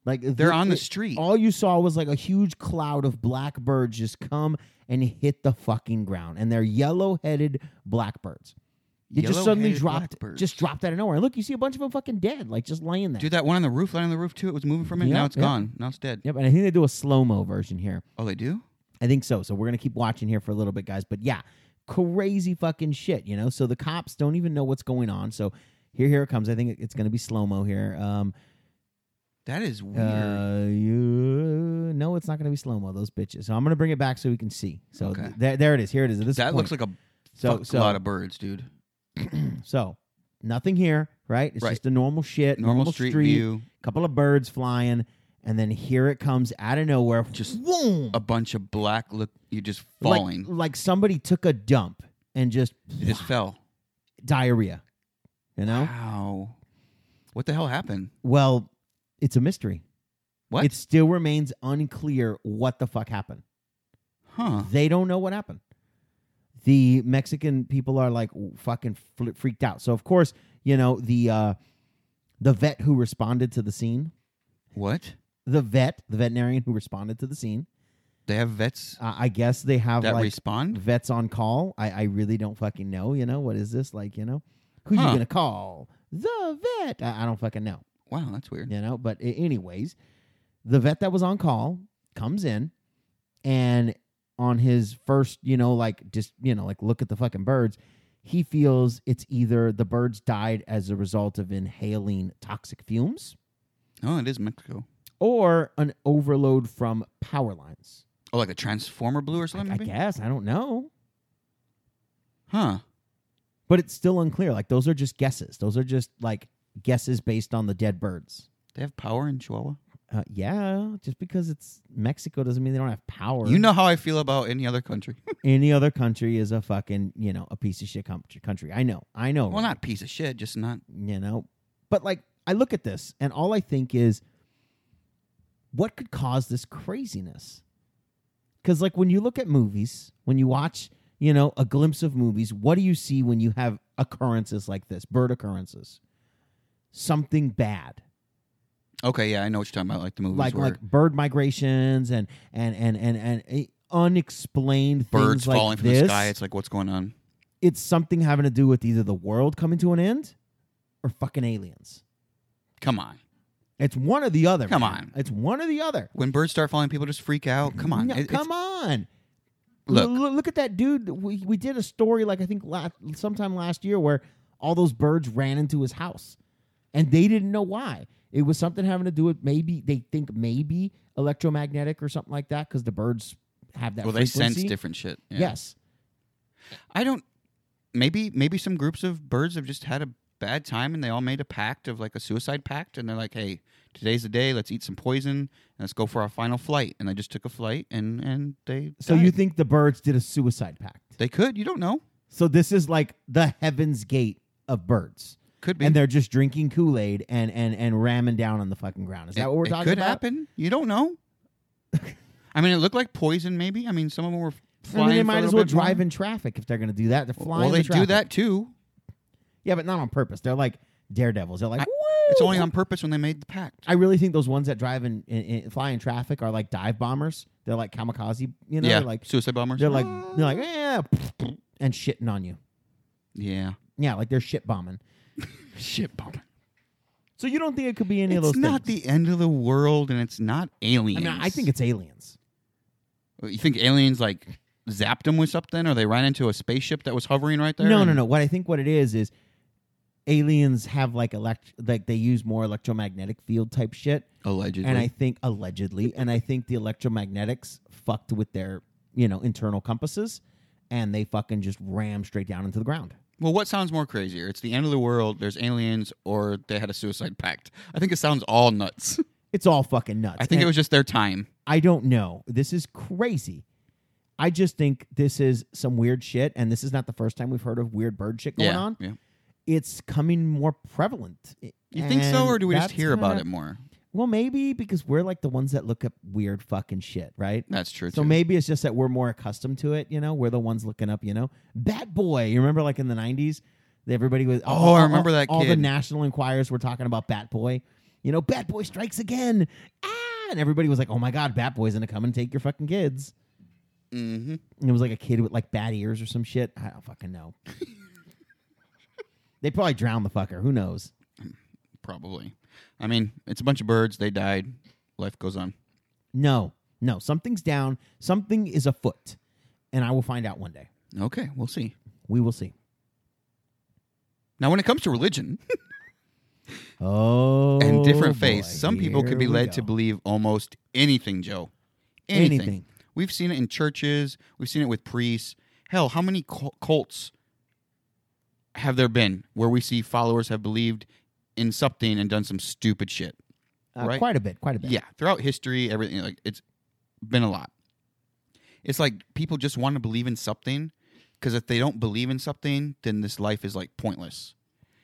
B: Like
A: They're on the
B: it-
A: street.
B: all you saw was like a huge cloud of blackbirds just come and hit the fucking ground, and they're yellow-headed blackbirds. It just suddenly
A: Yellow-headed
B: dropped,
A: blackbirds.
B: just dropped out of nowhere. Look, you see a bunch of them fucking dead, like just laying there.
A: Dude, that one on the roof, line on the roof too. It was moving from it.
B: Yeah,
A: now it's
B: yeah.
A: gone. Now it's dead.
B: Yep, and I think they do a slow mo version here.
A: Oh, they do.
B: I think so. So we're gonna keep watching here for a little bit, guys. But yeah, crazy fucking shit, you know. So the cops don't even know what's going on. So here, here it comes. I think it- it's gonna be slow mo here. Um,
A: That is weird.
B: uh, you no, it's not gonna be slow mo. Those bitches. So I'm gonna bring it back so we can see. So
A: Okay.
B: th- there, there it is. Here it is. At this
A: that
B: point.
A: looks like a
B: so
A: fuck
B: so
A: lot of birds, dude.
B: so nothing here, right? It's
A: Right.
B: just a normal shit,
A: Normal, street, view,
B: couple of birds flying, and then here it comes out of nowhere.
A: Just
B: boom.
A: a bunch of black. Look, you just
B: Like-
A: falling.
B: Like, somebody took a dump and just
A: it just Ah. fell.
B: diarrhea. You know?
A: Wow. What the hell happened?
B: Well, it's a mystery.
A: What?
B: It still remains unclear what the fuck happened.
A: Huh.
B: They don't know what happened. The Mexican people are like fucking fl- freaked out. So of course, you know, the uh the vet who responded to the scene,
A: What?
B: the vet, the veterinarian who responded to the scene,
A: They have vets
B: uh, I guess they have
A: that
B: like
A: respond.
B: vets on call. I, I really don't fucking know. You know what is this like? You know who you
A: Huh.
B: gonna call? The vet. I, I don't fucking know.
A: Wow, that's weird.
B: You know, but a- anyways, the vet that was on call comes in, and on his first, you know, like just you know, like look at the fucking birds. He feels it's either the birds died as a result of inhaling toxic fumes
A: Oh, it is Mexico.
B: or an overload from power lines.
A: Oh, like a transformer blue or something.
B: I, I
A: maybe?
B: guess I don't know.
A: Huh.
B: but it's still unclear. Like those are just guesses. Those are just like guesses based on the dead birds.
A: They have power in Chihuahua.
B: Uh, yeah, just because it's Mexico doesn't mean they don't have power.
A: You know how I feel about any other country.
B: any other country is a fucking you know a piece of shit com- country. I know, I know.
A: well,
B: right?
A: not piece of shit, just not.
B: you know, but like I look at this and all I think is, what could cause this craziness? Because like when you look at movies, when you watch you know a glimpse of movies, what do you see when you have occurrences like this, bird occurrences? Something bad.
A: Okay, yeah, I know what you're talking about. Like the movies
B: like
A: where
B: like bird migrations and and and and and eh, unexplained
A: birds
B: things like
A: falling from
B: this.
A: the sky. It's like, what's going on?
B: It's something having to do with either the world coming to an end or fucking aliens.
A: Come on.
B: It's one or the other.
A: Come
B: man.
A: on.
B: it's one or the other.
A: When birds start falling, people just freak out. Come on.
B: No,
A: It- it's-
B: come on.
A: Look.
B: L- look at that dude. We we did a story like I think last, sometime last year where all those birds ran into his house, and they didn't know why. It was something having to do with maybe they think maybe electromagnetic or something like that because the birds have that.
A: well, they sense
B: frequency.
A: different shit. Yeah.
B: Yes,
A: I don't. Maybe maybe some groups of birds have just had a bad time and they all made a pact of like a suicide pact and they're like, hey, today's the day. Let's eat some poison and let's go for our final flight. And they just took a flight and and they.
B: So you
A: died.
B: think the birds did a suicide pact?
A: they could? You don't know.
B: So this is like the heaven's gate of birds,
A: Could be.
B: and they're just drinking Kool Aid and and and ramming down on the fucking ground. Is that
A: It-
B: what we're talking
A: It could
B: about?
A: happen. You don't know. I mean, it looked like poison. Maybe. I mean, some of them were flying.
B: I mean,
A: for
B: they
A: a
B: might as
A: little
B: well
A: bit more.
B: drive in traffic if they're going to do that. They're flying.
A: Well,
B: in
A: they
B: the
A: do
B: traffic.
A: that too.
B: Yeah, but not on purpose. They're like daredevils. They're like,
A: I-
B: "Woo!"
A: It's only on purpose when they made the pact.
B: I really think those ones that drive in, in, in fly in traffic are like dive bombers. They're like kamikaze. You know,
A: yeah,
B: they're like
A: suicide bombers.
B: they're like they're like yeah, and shitting on you.
A: yeah,
B: Yeah, like they're shit bombing.
A: shit bomber.
B: So you don't think it could be any of those?
A: It's not
B: things?
A: the end of the world, and it's not aliens.
B: I mean, I think it's aliens.
A: You think aliens like zapped them with something, or they ran into a spaceship that was hovering right there?
B: No,
A: and-
B: no, no. What I think what it is is aliens have like elect like they use more electromagnetic field type shit,
A: Allegedly.
B: and I think allegedly, and I think the electromagnetics fucked with their you know internal compasses, and they fucking just ram straight down into the ground.
A: well, what sounds more crazier? It's the end of the world. There's aliens, or they had a suicide pact. I think it sounds all nuts.
B: It's all fucking nuts.
A: I think
B: And
A: it was just their time.
B: I don't know. This is crazy. I just think this is some weird shit, and this is not the first time we've heard of weird bird shit going
A: yeah,
B: on.
A: yeah.
B: It's coming more prevalent.
A: You think so,
B: And
A: or do we just
B: that's
A: hear about
B: kinda-
A: it more?
B: Well, maybe because we're like the ones that look up weird fucking shit, right?
A: That's true.
B: So
A: too.
B: maybe it's just that we're more accustomed to it, you know? We're the ones looking up, you know? Bat Boy. You remember like in the 90s? Everybody was.
A: Oh, I remember that
B: All the
A: kid.
B: national inquirers were talking about Bat Boy. you know, Bat Boy strikes again. Ah! And everybody was like, oh my God, Bat Boy's going to come and take your fucking kids.
A: Mm-hmm.
B: And it was like a kid with like bad ears or some shit. I don't fucking know. they probably drowned the fucker. Who knows?
A: Probably. I mean, it's a bunch of birds. They died. Life goes on.
B: No, no. Something's down. Something is afoot. And I will find out one day.
A: Okay, we'll see.
B: We will see.
A: Now, when it comes to religion
B: Oh.
A: and different
B: boy.
A: faiths, some people
B: Here
A: could be
B: we
A: led
B: go.
A: to believe almost anything, Joe. Anything.
B: Anything.
A: We've seen it in churches. We've seen it with priests. Hell, how many cul- cults have there been where we see followers have believed in something and done some stupid shit?
B: Uh,
A: right?
B: Quite a bit. Quite a bit.
A: Yeah, throughout history, everything like it's been a lot. It's like people just want to believe in something because if they don't believe in something, then this life is like pointless,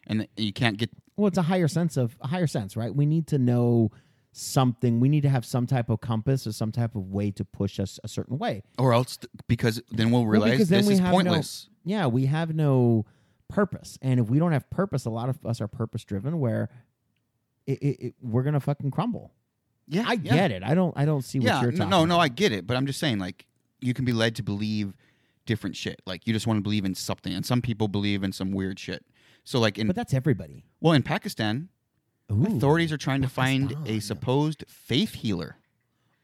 A: and you can't get
B: well it's a higher sense of a higher sense right we need to know something we need to have some type of compass or some type of way to push us a certain way
A: or else th- because then we'll
B: Well,
A: realize
B: because then
A: this
B: we
A: is
B: have no-
A: pointless.
B: yeah we have no purpose and if we don't have purpose a lot of us are purpose driven where it, it, it, we're gonna fucking crumble
A: Yeah,
B: i
A: yeah.
B: get it i don't i don't see what
A: yeah,
B: you're
A: n-
B: talking
A: no, no,
B: about.
A: I get it, but I'm just saying like you can be led to believe different shit. Like you just want to believe in something, and some people believe in some weird shit. So like in
B: but that's everybody
A: well in Pakistan,
B: Ooh.
A: authorities are trying to find a
B: Pakistan.
A: supposed faith healer.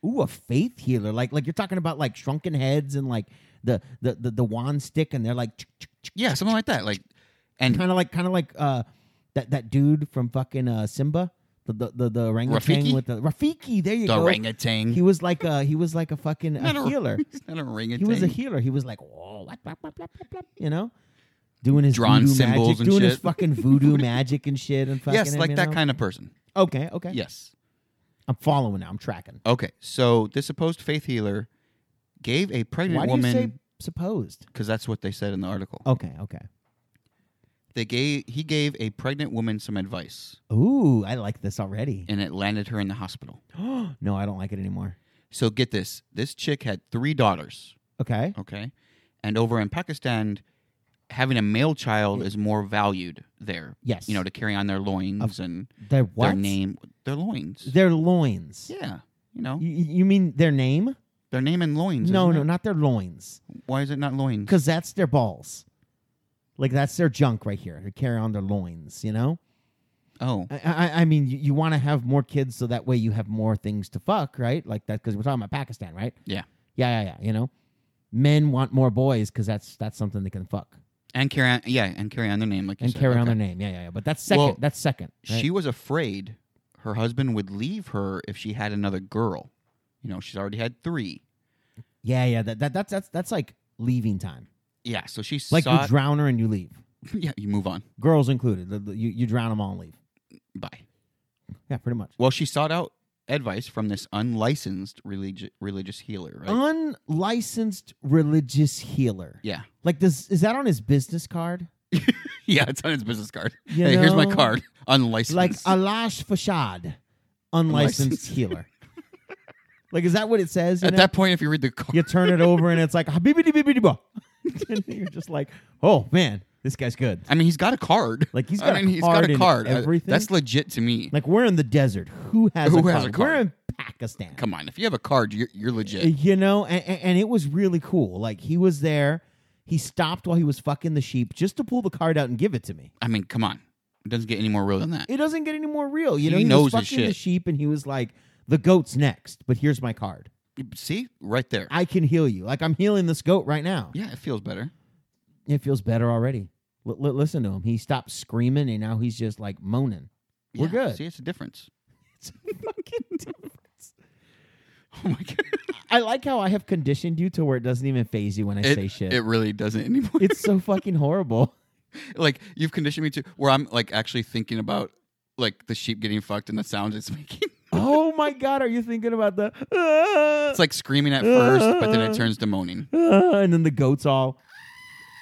B: Ooh, a faith healer. Like like you're talking about like shrunken heads and like the the the, the wand stick and they're like
A: Yeah, something like that. Like and
B: kind of like kind of like uh that that dude from fucking uh Simba, the the the, the orangutan
A: Rafiki?
B: with the Rafiki. There you
A: the
B: go.
A: orangutan.
B: He was like a he was like a fucking
A: Not
B: a
A: a-
B: healer.
A: He's not an orangutan.
B: He was a healer. He was like, oh, what, what, what, what, what, what," you know, doing his
A: Drawing
B: voodoo
A: symbols
B: magic,
A: and
B: doing his
A: shit.
B: fucking voodoo magic and shit, and fucking
A: yes,
B: him,
A: like
B: you
A: that
B: know?
A: kind of person.
B: Okay, okay.
A: Yes.
B: I'm following now. I'm tracking.
A: Okay. So this supposed faith healer gave a pregnant
B: Why do you say Oh.
A: woman
B: supposed?
A: because that's what they said in the article.
B: Okay, okay.
A: They gave he gave a pregnant woman some advice
B: Ooh, I like this already.
A: and it landed her in the hospital.
B: no, I don't like it anymore.
A: So get this. This chick had three daughters,
B: Okay.
A: okay? And over in Pakistan, having a male child is more valued there.
B: Yes.
A: You know, to carry on their loins and
B: their what?
A: their name their loins.
B: Their loins.
A: yeah. You know,
B: You, you mean their name?
A: their name and loins.
B: No,
A: isn't
B: no,
A: it?
B: not their loins,
A: Why is it not loins?
B: because that's their balls. Like that's their junk right here. They carry on their loins, you know.
A: Oh,
B: I, I, I mean, you, you want to have more kids so that way you have more things to fuck, right? Like that, because we're talking about Pakistan, right?
A: Yeah.
B: yeah, yeah, yeah. You know, men want more boys because that's that's something they can fuck
A: and carry on. Yeah, and carry on their name, like you
B: and
A: said.
B: carry on
A: Okay.
B: their name. Yeah, yeah, yeah. But that's second.
A: Well,
B: that's second. right?
A: She was afraid her husband would leave her if she had another girl. You know, she's already had three.
B: yeah, yeah. That, that that's that's that's like leaving time.
A: Yeah, so she
B: Like
A: saw.
B: you drown her and you leave,
A: yeah, you move on.
B: girls included. The- the- you you drown them all and leave.
A: Bye.
B: Yeah, pretty much.
A: Well, she sought out advice from this unlicensed religi- religious healer, right?
B: Uh. Unlicensed religious healer.
A: yeah,
B: Like does is that on his business card?
A: yeah. It's on his business card.
B: You
A: hey, here's my
B: know?
A: card. Unlicensed.
B: Like Alash Fashad, unlicensed
A: Unlicensed.
B: healer. like is that what it says? you
A: At
B: know?
A: that point, if you read the card,
B: you turn it over and it's like habibidi bibidi ba. and you're just like, oh man, this guy's good.
A: I mean, he's got a card.
B: Like, he's got
A: I
B: a
A: mean, he's
B: card
A: got a
B: in
A: card. I-
B: everything?
A: that's legit to me.
B: Like we're in the desert. Who has
A: Who
B: a
A: has a
B: card? We're
A: card?
B: in Pakistan.
A: Come on, if you have a card, you're, you're legit.
B: Uh, You know, and, and it was really cool. Like he was there. He stopped while he was fucking the sheep just to pull the card out and give it to me.
A: I mean, come on. It doesn't get any more real than that.
B: It doesn't get any more real. You know,
A: He
B: he
A: knows
B: was
A: his
B: fucking the
A: shit.
B: sheep and he was like, the goat's next, but here's my card.
A: See? Right there.
B: I can heal you. Like I'm healing this goat right now.
A: yeah, it feels better.
B: It feels better already. L- l- listen to him. He stopped screaming and now he's just like moaning. We're
A: Yeah,
B: good.
A: See, it's a difference.
B: It's a fucking difference.
A: Oh my god.
B: I like how I have conditioned you to where it doesn't even phase you when I say
A: It,
B: shit.
A: it really doesn't anymore.
B: it's so fucking horrible.
A: like you've conditioned me to where I'm like actually thinking about like the sheep getting fucked and the sounds it's making.
B: Oh my god, are you thinking about the?
A: It's like screaming at first, but then it turns to moaning.
B: Ah, and then the goats all.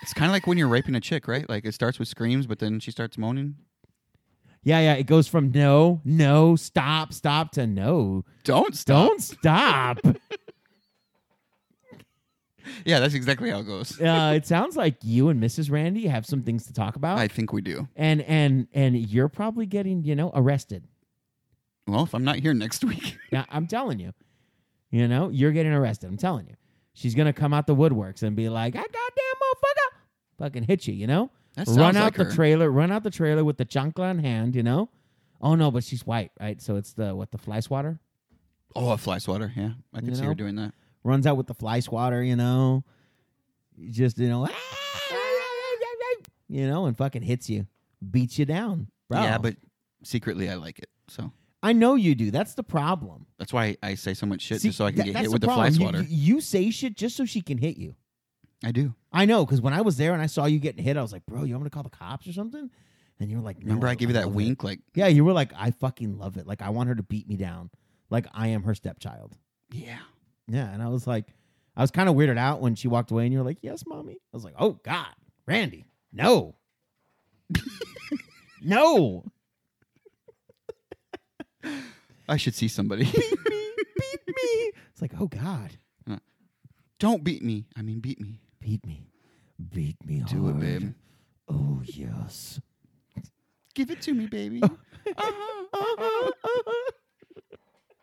A: It's kind of like when you're raping a chick, right? Like it starts with screams, but then she starts moaning.
B: Yeah, yeah. It goes from no, no, stop, stop to no,
A: Don't stop.
B: don't stop.
A: Yeah, that's exactly how it goes.
B: uh, it sounds like you and Mrs. Randy have some things to talk about,
A: I think we do.
B: and and and you're probably getting you know arrested.
A: well, if I'm not here next week,
B: Now, I'm telling you, you know, you're getting arrested. I'm telling you. She's going to come out the woodworks and be like, I goddamn motherfucker, fucking hit you, you know?
A: that sounds
B: Run out
A: like
B: the
A: her.
B: trailer, run out the trailer with the chancla in hand, you know? Oh, no, but she's white, right? So it's the, what, the fly swatter?
A: Oh, a fly swatter. Yeah, I
B: You
A: can see
B: know?
A: her doing that.
B: Runs out with the fly swatter, you know? Just, you know, you know, and fucking hits you, beats you down, bro.
A: Yeah, but secretly I like it. So
B: I know you do. That's the problem.
A: that's why I say so much shit
B: See,
A: just so I can
B: that-
A: get
B: that's
A: hit with the fly
B: problem. You-
A: swatter.
B: You, you say shit just so she can hit you.
A: I do.
B: I know, because when I was there and I saw you getting hit, I was like, bro, you want me to call the cops or something? And you were like, no,
A: Remember I gave you that
B: Oh, love it.
A: wink, like
B: Yeah, you were like, I fucking love it. Like, I want her to beat me down. Like, I am her stepchild.
A: yeah.
B: Yeah. And I was like, I was kind of weirded out when she walked away and you were like, yes, mommy. I was like, oh, God, Randy, no. no.
A: I should see somebody.
B: Beat me. It's like, oh, God,
A: Don't beat me. I mean, beat me.
B: beat me. Beat me
A: Do it,
B: hard.
A: babe.
B: Oh, yes.
A: Give it to me, baby.
B: Oh.
A: Uh-huh, uh-huh,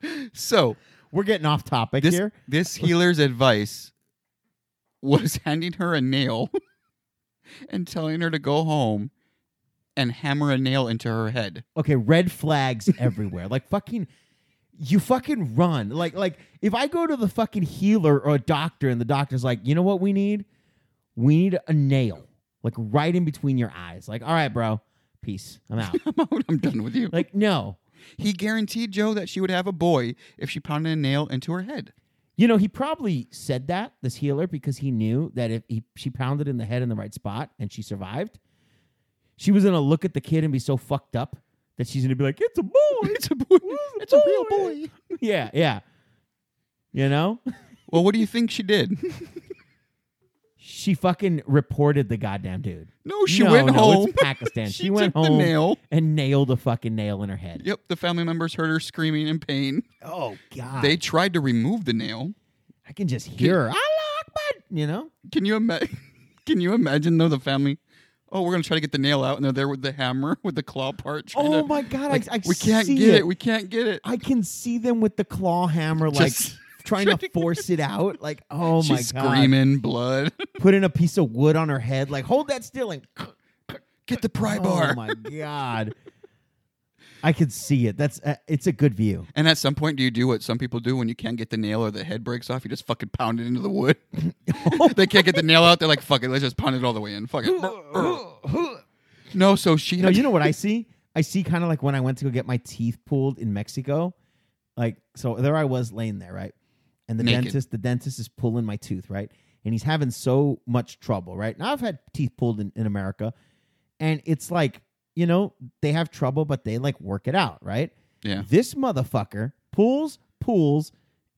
A: uh-huh. so
B: We're getting off topic
A: this
B: here.
A: this healer's advice was handing her a nail and telling her to go home and hammer a nail into her head.
B: okay, red flags everywhere. like fucking you fucking run. Like like if I go to the fucking healer or a doctor and the doctor's like, "You know what we need? We need a nail." Like right in between your eyes. Like, "All right, bro. Peace. I'm out."
A: I'm out. I'm done with you.
B: like, no.
A: He guaranteed Joe that she would have a boy if she pounded a nail into her head.
B: You know, he probably said that this healer because he knew that if he, she pounded in the head in the right spot and she survived, she was going to look at the kid and be so fucked up that she's going to be like, "It's a boy."
A: It's a boy. It's a real
B: boy.
A: boy.
B: yeah, yeah. You know?
A: Well, what do you think she did?
B: She fucking reported the goddamn dude.
A: No, Oh, she
B: No,
A: went
B: no,
A: home.
B: It's Pakistan. she,
A: She
B: went
A: took the
B: home
A: nail.
B: and nailed a fucking nail in her head.
A: Yep, the family members heard her screaming in pain.
B: Oh god.
A: They tried to remove the nail.
B: I can just hear her. Allah Akbar. You know?
A: Can you imagine? Can you imagine though the family? Oh, we're gonna try to get the nail out, and they're there with the hammer with the claw part. trying
B: Oh
A: to-
B: my god.
A: like,
B: I, I
A: we can't
B: see Oh
A: get it. We can't get it.
B: I can see them with the claw hammer, like
A: Just-
B: trying to force it out. Like, oh my
A: She's
B: god.
A: screaming blood.
B: Putting a piece of wood on her head. Like, hold that still and
A: get the pry
B: Oh
A: bar.
B: my god. I could see it. That's uh, it's a good view.
A: And at some point, do you do what some people do when you can't get the nail or the head breaks off? You just fucking pound it into the wood. they can't get the nail out. They're like, "Fuck it, let's just pound it all the way in." Fuck it. no, so she.
B: No, you know what I see? I see kind of like when I went to go get my teeth pulled in Mexico. Like, so there I was laying there, right? And the
A: Naked.
B: dentist, the dentist is pulling my tooth, right? And he's having so much trouble, right? Now I've had teeth pulled in, in America, and it's like, you know, they have trouble, but they like work it out, right?
A: yeah.
B: This motherfucker pulls, pulls,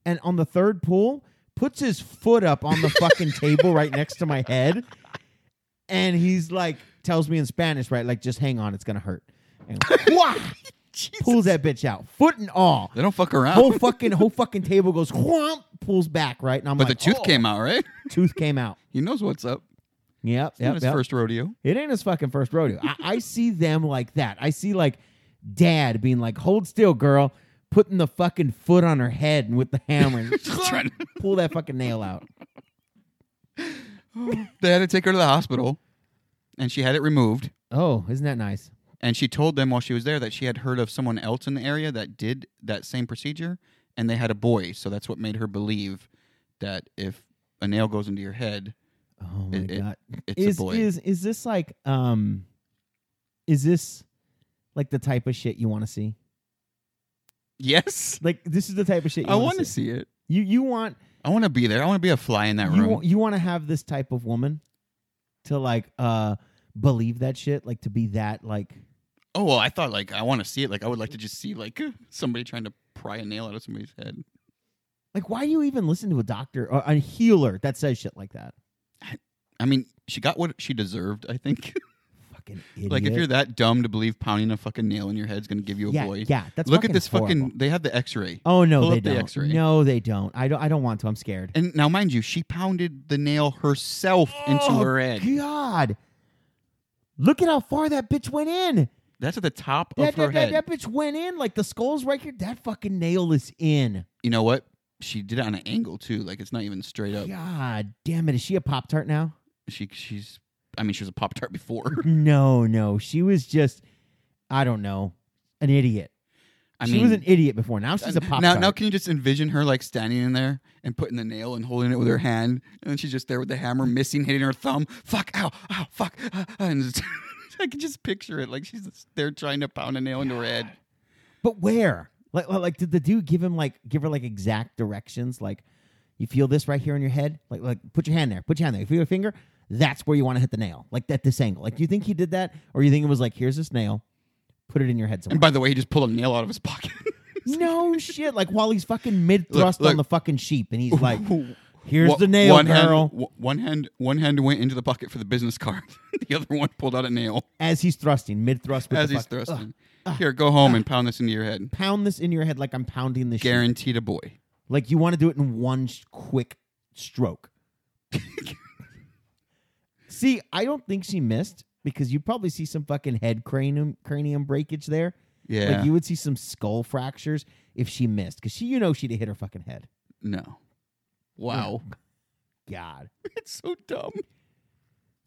B: and on the third pull, puts his foot up on the fucking table right next to my head. And he's like, tells me in Spanish, right? Like, just hang on, it's gonna hurt. And wha- pulls that bitch out, foot and all.
A: They don't fuck around.
B: Whole fucking whole fucking table goes whomp, pulls back, right? And I'm
A: but
B: like,
A: the tooth
B: "Oh."
A: came out, right?
B: Tooth came out.
A: He knows what's up.
B: Yep,
A: It's not
B: yep,
A: his
B: yep.
A: first rodeo.
B: It ain't his fucking first rodeo. I, I see them like that. I see like dad being like, "Hold still, girl," putting the fucking foot on her head and with the hammer, and
A: Just trying to-
B: pull that fucking nail out.
A: they had to take her to the hospital, and she had it removed.
B: Oh, isn't that nice?
A: And she told them while she was there that she had heard of someone else in the area that did that same procedure, and they had a boy. So that's what made her believe that if a nail goes into your head,
B: Oh my
A: It- it-
B: god,
A: it's
B: is
A: a boy.
B: is is this like um, is this like the type of shit you want to see?
A: yes,
B: Like this is the type of shit you
A: I
B: want to see.
A: see it.
B: You you want
A: I want to be there. I want to be a fly in that
B: you
A: room.
B: want, you want to have this type of woman to like uh believe that shit, like to be that like.
A: Oh well, I thought like I want to see it. Like I would like to just see like somebody trying to pry a nail out of somebody's head.
B: Like, why do you even listen to a doctor or a healer that says shit like that?
A: I mean, she got what she deserved. I think.
B: Fucking idiot.
A: like if you're that dumb to believe pounding a fucking nail in your head's gonna give you a
B: yeah,
A: boy.
B: yeah, that's
A: Look
B: fucking
A: at this
B: horrible.
A: fucking. They have the X-ray.
B: Oh no,
A: Pull
B: they
A: up the
B: don't.
A: X-ray.
B: No, they don't. I don't. I don't want to. I'm scared.
A: And now, mind you, she pounded the nail herself into
B: Oh,
A: her head.
B: God, look at how far that bitch went in.
A: That's at the top
B: That,
A: of her
B: that, that,
A: head.
B: that bitch went in like the skull's right here. That fucking nail is in.
A: You know what? She did it on an angle too. Like it's not even straight up.
B: God damn it! Is she a pop tart now?
A: She she's. I mean, she was a pop tart before.
B: No, no. She was just, I don't know, an idiot.
A: I
B: she
A: mean,
B: was an idiot before. Now she's a
A: Uh,
B: pop
A: Now,
B: tart.
A: now can you just envision her like standing in there and putting the nail and holding it with her hand, and then she's just there with the hammer missing, hitting her thumb. Fuck! Ow! Ow! Fuck! ah, ah, and just- I can just picture it like she's just there trying to pound a nail into her head.
B: But where? Like, like, like, did the dude give him like give her like exact directions? Like, you feel this right here on your head? Like, like, put your hand there. Put your hand there. You feel your finger? That's where you want to hit the nail. Like at this angle. Like, do you think he did that, or you think it was like, here's this nail, put it in your head
A: And
B: somewhere?
A: by the way, he just pulled a nail out of his pocket.
B: no shit. Like while he's fucking mid thrust
A: Look,
B: on the
A: look.
B: fucking sheep, and he's like,
A: One-
B: here's the nail,
A: one hand-
B: girl.
A: w- one hand, one hand went into the pocket for the business card. the other one pulled out a nail
B: As he's thrusting, mid thrust.
A: as he's thrusting. Here, go home and pound this into your head.
B: Pound this in your head like I'm pounding the sheep.
A: Guaranteed a boy.
B: Like you want to do it in one sh- quick stroke. see, I don't think she missed because you probably see some fucking head cranium cranium breakage there.
A: Yeah.
B: Like you would see some skull fractures if she missed because she, you know, she'd have hit her fucking head.
A: no. Wow,
B: God.
A: it's so dumb.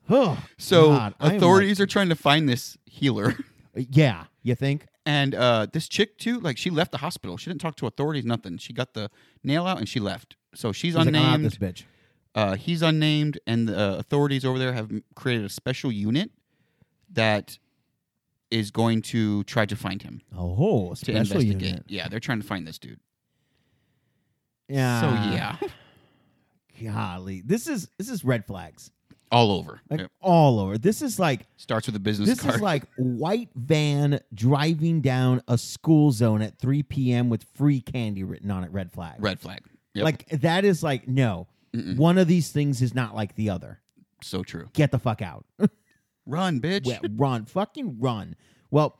B: Oh,
A: So
B: God, I am, like-
A: authorities are trying to find this healer,
B: yeah, you think?
A: and uh, this chick too. Like she left the hospital. She didn't talk to authorities. Nothing. She got the nail out and she left. So she's,
B: He's like, I'm out
A: unnamed.
B: this bitch.
A: uh, he's unnamed, and the uh, authorities over there have m- created a special unit that is going to try to find him
B: Oh, a
A: to
B: special
A: investigate.
B: unit.
A: Yeah, they're trying to find this dude.
B: Yeah.
A: So yeah,
B: Golly, this is this is red flags
A: all over.
B: like
A: Yep.
B: all over. This is like
A: Starts with a business
B: This
A: card.
B: is like white van driving down a school zone at 3 p.m. with free candy written on it, red flag.
A: red flag. Yep.
B: Like that is like no.
A: Mm-mm.
B: One of these things is not like the other.
A: so true.
B: Get the fuck out.
A: Run, bitch.
B: Well, run, fucking run. Well,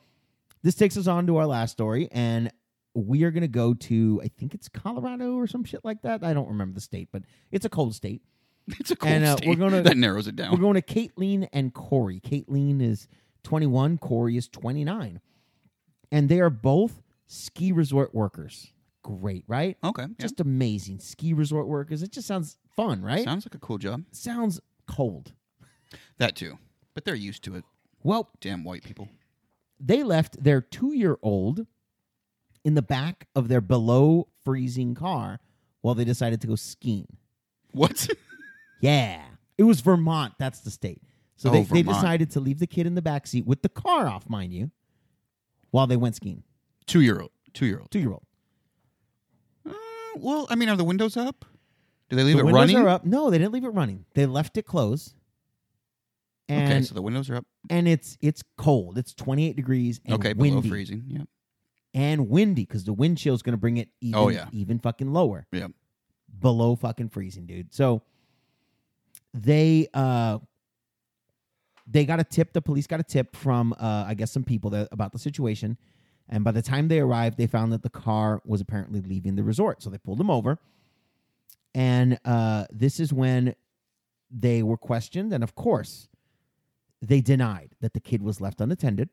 B: this takes us on to our last story, and we are going to go to I think it's Colorado or some shit like that. I don't remember the state, but it's a cold state.
A: It's a cool
B: And, uh,
A: state.
B: we're gonna-
A: that narrows it
B: We're
A: down.
B: going to Caitlin and Corey. Caitlin is 21, Corey is 29. And they are both ski resort workers. Great, right?
A: Okay. yeah.
B: Just amazing. Ski resort workers. It just sounds fun, right?
A: Sounds like a cool job.
B: sounds cold.
A: That too. But they're used to it.
B: Well,
A: Damn white people.
B: they left their two year old in the back of their below freezing car while they decided to go skiing.
A: What?
B: Yeah. It was Vermont. That's the state. So
A: Oh,
B: they, they
A: Vermont.
B: decided to leave the kid in the backseat with the car off, mind you, while they went skiing.
A: two year old. Two year old.
B: Two year old.
A: Uh, well, I mean, are the windows up? Do they leave
B: the
A: it
B: windows
A: running?
B: are up. No, they didn't leave it running. They left it closed. And,
A: okay, so the windows are up.
B: and it's it's cold. It's 28 degrees and
A: Okay, below
B: windy.
A: freezing. Yeah.
B: And windy because the wind chill is going to bring it even,
A: Oh, yeah.
B: even fucking lower.
A: Yeah.
B: Below fucking freezing, dude. So they uh they got a tip. The police got a tip from uh I guess some people that, about the situation. And by the time they arrived, they found that the car was apparently leaving the resort. So they pulled him over. And uh, this is when they were questioned. And of course, they denied that the kid was left unattended.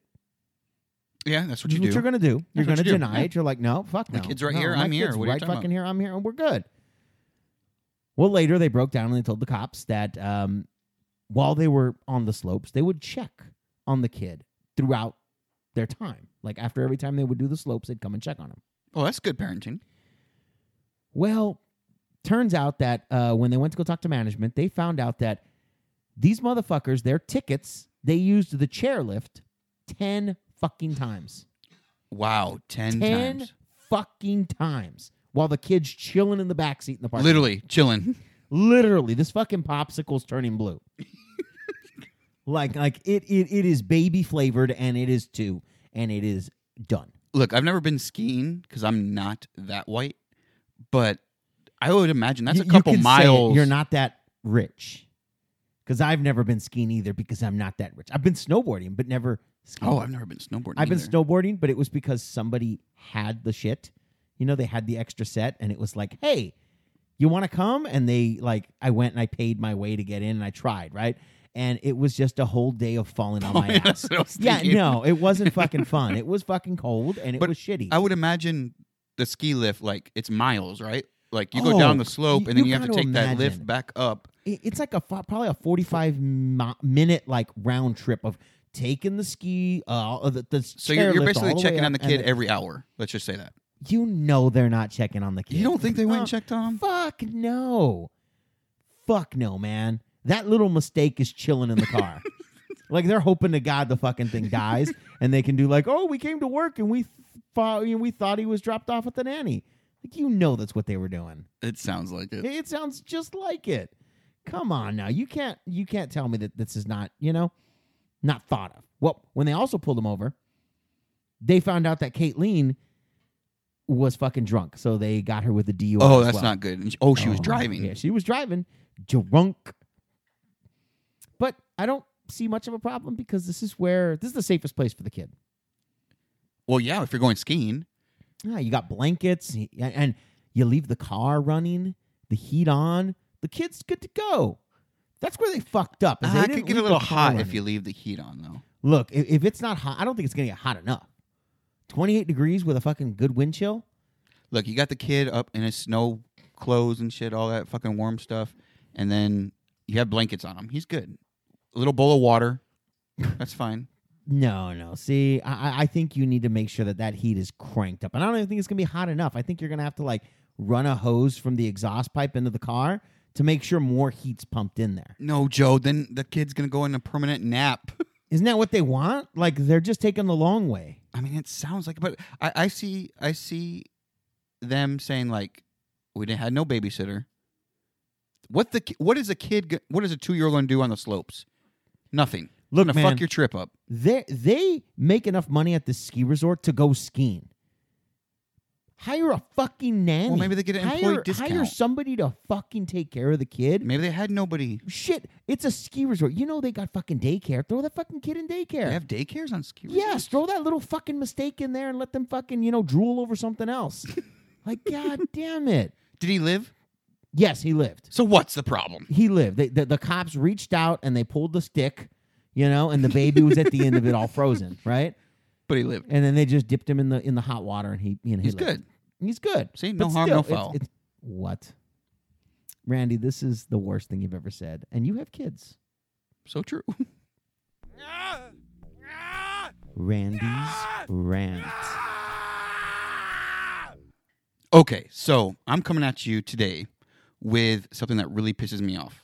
A: Yeah, that's what
B: Which
A: you do.
B: are going to do. You're
A: what
B: going to
A: you do,
B: deny
A: yeah.
B: it. You're like, no, fuck
A: My
B: no.
A: kid's right
B: No,
A: here.
B: my
A: I'm here.
B: kid's
A: What are you
B: right
A: talking
B: fucking here. I'm here. And we're good. Well, later they broke down and they told the cops that um, while they were on the slopes, they would check on the kid throughout their time. Like after every time they would do the slopes, they'd come and check on him.
A: oh, that's good parenting.
B: Well, turns out that uh, when they went to go talk to management, they found out that these motherfuckers, their tickets, they used the chairlift 10 fucking times.
A: Wow, ten,
B: 10
A: times.
B: fucking times while the kid's chilling in the backseat in the park.
A: Literally chilling.
B: Literally, this fucking popsicle's turning blue. like, like it, it, it is baby flavored and it is too, and it is done.
A: Look, I've never been skiing because I'm not that white, but I would imagine that's
B: You-
A: a
B: you
A: couple
B: can say it.
A: miles.
B: You're not that rich. Because I've never been skiing either because I'm not that rich. I've been snowboarding, but never skiing.
A: Oh, I've never been snowboarding.
B: I've been
A: either.
B: snowboarding, but it was because somebody had the shit. You know, they had the extra set and it was like, hey, you want to come? And they like, I went and I paid my way to get in and I tried, right? and it was just a whole day of falling on my
A: Oh, Yeah,
B: ass.
A: that's what I was
B: Yeah,
A: thinking.
B: no, it wasn't fucking fun. It was fucking cold and it
A: But
B: was shitty.
A: I would imagine the ski lift, like it's miles, right? Like you go
B: Oh,
A: down the slope
B: you-
A: and then
B: you
A: you, have to
B: gotta
A: take that lift
B: imagine.
A: back up.
B: It- it's like a fi- probably a 45 mi- minute like round trip of taking the ski uh uh, the, the
A: So you're, you're
B: chairlift
A: basically
B: all way
A: checking on the
B: up, and
A: kid
B: then-
A: every hour. Let's just say that.
B: you know they're not checking on the kid
A: You don't think they went and
B: Uh,
A: checked on him?
B: fuck no fuck no man that little mistake is chilling in the car like they're hoping to god the fucking thing dies and they can do like oh we came to work and we thought we thought he was dropped off at the nanny like you know that's what they were doing
A: It sounds like it.
B: It sounds just like it. Come on now. You can't you can't tell me that this is not, you know, not thought of. Well, when they also pulled him over, they found out that Caitlin was fucking drunk. So they got her with a DUI.
A: Oh,
B: as
A: that's
B: well.
A: not good. And she- Oh, she was
B: Oh,
A: driving.
B: Yeah, she was driving. Drunk. But I don't see much of a problem because this is where this is the safest place for the kid.
A: Well, yeah, if you're going skiing,
B: Yeah, you got blankets y- and you leave the car running, the heat on. The kid's good to go. That's where they fucked up. is
A: Ah,
B: they
A: it
B: didn't
A: could get a
B: leave the
A: little
B: car
A: hot
B: running.
A: if you leave the heat on, though.
B: look. i- If it's not hot, I don't think it's gonna get hot enough. Twenty-eight degrees with a fucking good wind chill.
A: Look, you got the kid up in his snow clothes and shit, all that fucking warm stuff, and then you have blankets on him. He's good. A little bowl of water. That's fine.
B: No, no. See, I, I- I think you need to make sure that that heat is cranked up, and I don't even think it's gonna be hot enough. I think you're gonna have to like run a hose from the exhaust pipe into the car to make sure more heat's pumped in there.
A: No, Joe, then the kid's going to go in a permanent nap.
B: Isn't that what they want? Like they're just taking the long way.
A: I mean, it sounds like, but I, I see, I see them saying like, we didn't had no babysitter. What the ki- what is a kid? go- What is a two year old going to do on the slopes? Nothing.
B: Look,
A: gonna
B: man,
A: fuck your trip up.
B: they they make enough money at this ski resort to go skiing. Hire a fucking nanny.
A: Well, maybe they get an
B: hire,
A: employee
B: Hire
A: discount.
B: somebody to fucking take care of the kid.
A: Maybe they had nobody.
B: Shit, it's a ski resort. You know they got fucking daycare. Throw that fucking kid in daycare.
A: They have daycares on ski. resorts?
B: yes, throw that little fucking mistake in there and let them fucking you know drool over something else. like god damn it.
A: Did he live?
B: Yes, he lived.
A: So what's the problem?
B: He lived. They, the, the cops reached out and they pulled the stick, you know, and the baby was at the end of it, all frozen, right?
A: But he lived.
B: and then they just dipped him in the in the hot water, and he you know, he
A: He's
B: lived.
A: good.
B: He's good.
A: See,
B: But
A: no harm,
B: still,
A: no
B: it's-
A: foul.
B: it's- what, Randy? This is the worst thing you've ever said, and you have kids.
A: So true.
B: Randy's rant.
A: Ah! Okay, so I'm coming at you today with something that really pisses me off.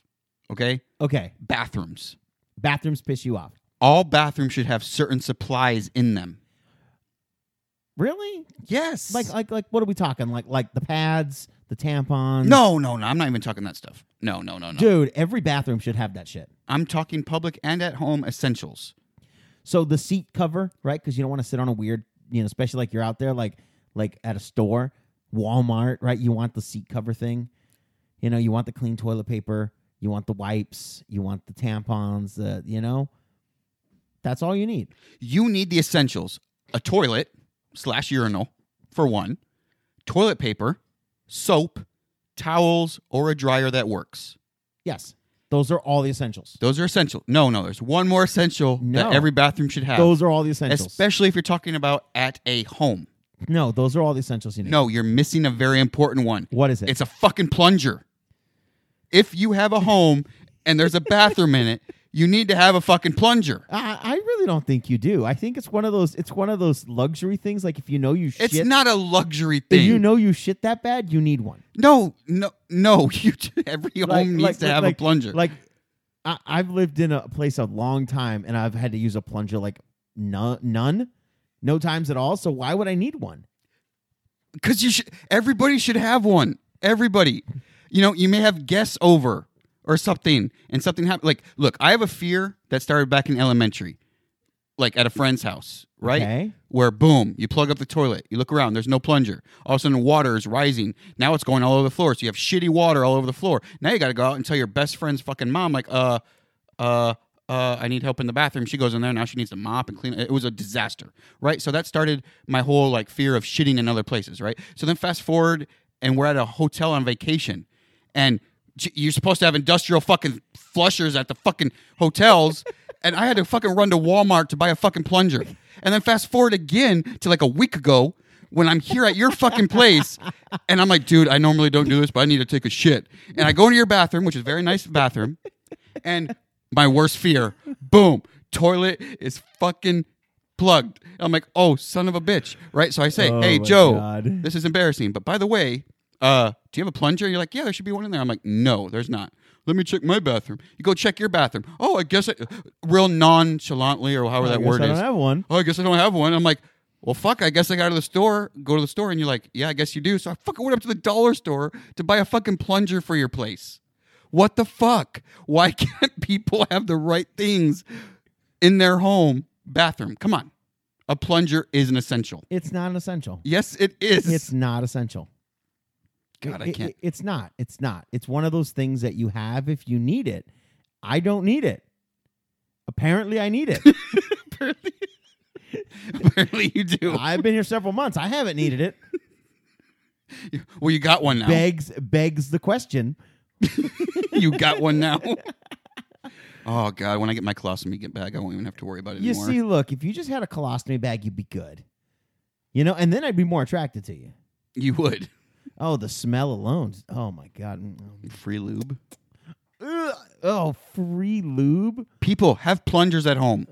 A: Okay,
B: Okay,
A: bathrooms.
B: bathrooms piss you off.
A: All bathrooms should have certain supplies in them.
B: Really?
A: Yes.
B: Like like like what are we talking? Like like the pads, the tampons.
A: no, no, no. I'm not even talking that stuff. No, no, no, no.
B: dude, every bathroom should have that shit.
A: I'm talking public and at home essentials.
B: So the seat cover, right? Because you don't want to sit on a weird, you know, especially like you're out there, like like at a store, Walmart, right? You want the seat cover thing. You know, you want the clean toilet paper, you want the wipes, you want the tampons, the you know. That's all you need.
A: You need the essentials: a toilet slash urinal for one, toilet paper, soap, towels, or a dryer that works.
B: Yes. Those are all the essentials.
A: Those are essential. No, no. There's one more essential
B: No.
A: that every bathroom should have.
B: Those are all the essentials.
A: especially if you're talking about at a home.
B: no, those are all the essentials you need.
A: No, you're missing a very important one.
B: What is it?
A: It's a fucking plunger. If you have a home and there's a bathroom in it, you need to have a fucking plunger.
B: I, I really don't think you do. I think it's one of those it's one of those luxury things like if you know you shit
A: It's not a luxury
B: if
A: thing.
B: you know you shit that bad, you need one.
A: no, no, no. You every home
B: Like-
A: needs
B: like-
A: to have
B: like-
A: a plunger.
B: Like I, I've lived in a place a long time, and I've had to use a plunger like none, none, no times at all. So why would I need one?
A: Because you should. Everybody should have one. Everybody. You know, you may have guests over or something, and something happened. Like, look, I have a fear that started back in elementary, like at a friend's house, right?
B: Okay.
A: Where boom, you plug up the toilet, you look around, there's no plunger. All of a sudden, water is rising. Now it's going all over the floor, so you have shitty water all over the floor. Now you got to go out and tell your best friend's fucking mom, like, uh, uh. Uh, I need help in the bathroom. She goes in there now. She needs to mop and clean. It was a disaster, right? So that started my whole like fear of shitting in other places, right? So then fast forward, and we're at a hotel on vacation, and j- you're supposed to have industrial fucking flushers at the fucking hotels, and I had to fucking run to Walmart to buy a fucking plunger. And then fast forward again to like a week ago when I'm here at your fucking place, and I'm like, dude, I normally don't do this, but I need to take a shit. And I go into your bathroom, which is a very nice bathroom, and my worst fear, boom, toilet is fucking plugged. I'm like, oh, son of a bitch, right? So I say,
B: Oh
A: hey,
B: my
A: Joe,
B: God.
A: this is embarrassing. But by the way, uh, do you have a plunger? You're like, yeah, there should be one in there. I'm like, no, there's not. Let me check my bathroom. You go check your bathroom. Oh, I guess I, real nonchalantly or however
B: I
A: that
B: guess
A: word
B: I don't
A: is.
B: have one.
A: Oh, I guess I don't have one. I'm like, well, fuck. I guess I got to the store. Go to the store, and you're like, yeah, I guess you do. So I fucking went up to the dollar store to buy a fucking plunger for your place. What the fuck? Why can't people have the right things in their home bathroom? Come on, a plunger is an essential.
B: It's not essential.
A: Yes, it is.
B: It's not essential.
A: God, I
B: It-
A: can't.
B: it- it's not. It's not. It's one of those things that you have if you need it. I don't need it. Apparently, I need it.
A: Apparently, apparently you do.
B: I've been here several months. I haven't needed it.
A: Well, you got one now.
B: Begs begs the question.
A: You got one now. Oh God! When I get my colostomy get back, I won't even have to worry about it
B: You
A: anymore.
B: see, look, if you just had a colostomy bag, you'd be good. You know, and then I'd be more attracted to you.
A: you would
B: Oh, the smell alone. Oh my god. Mm.
A: free lube.
B: Ugh. Oh, free lube.
A: People have plungers at home.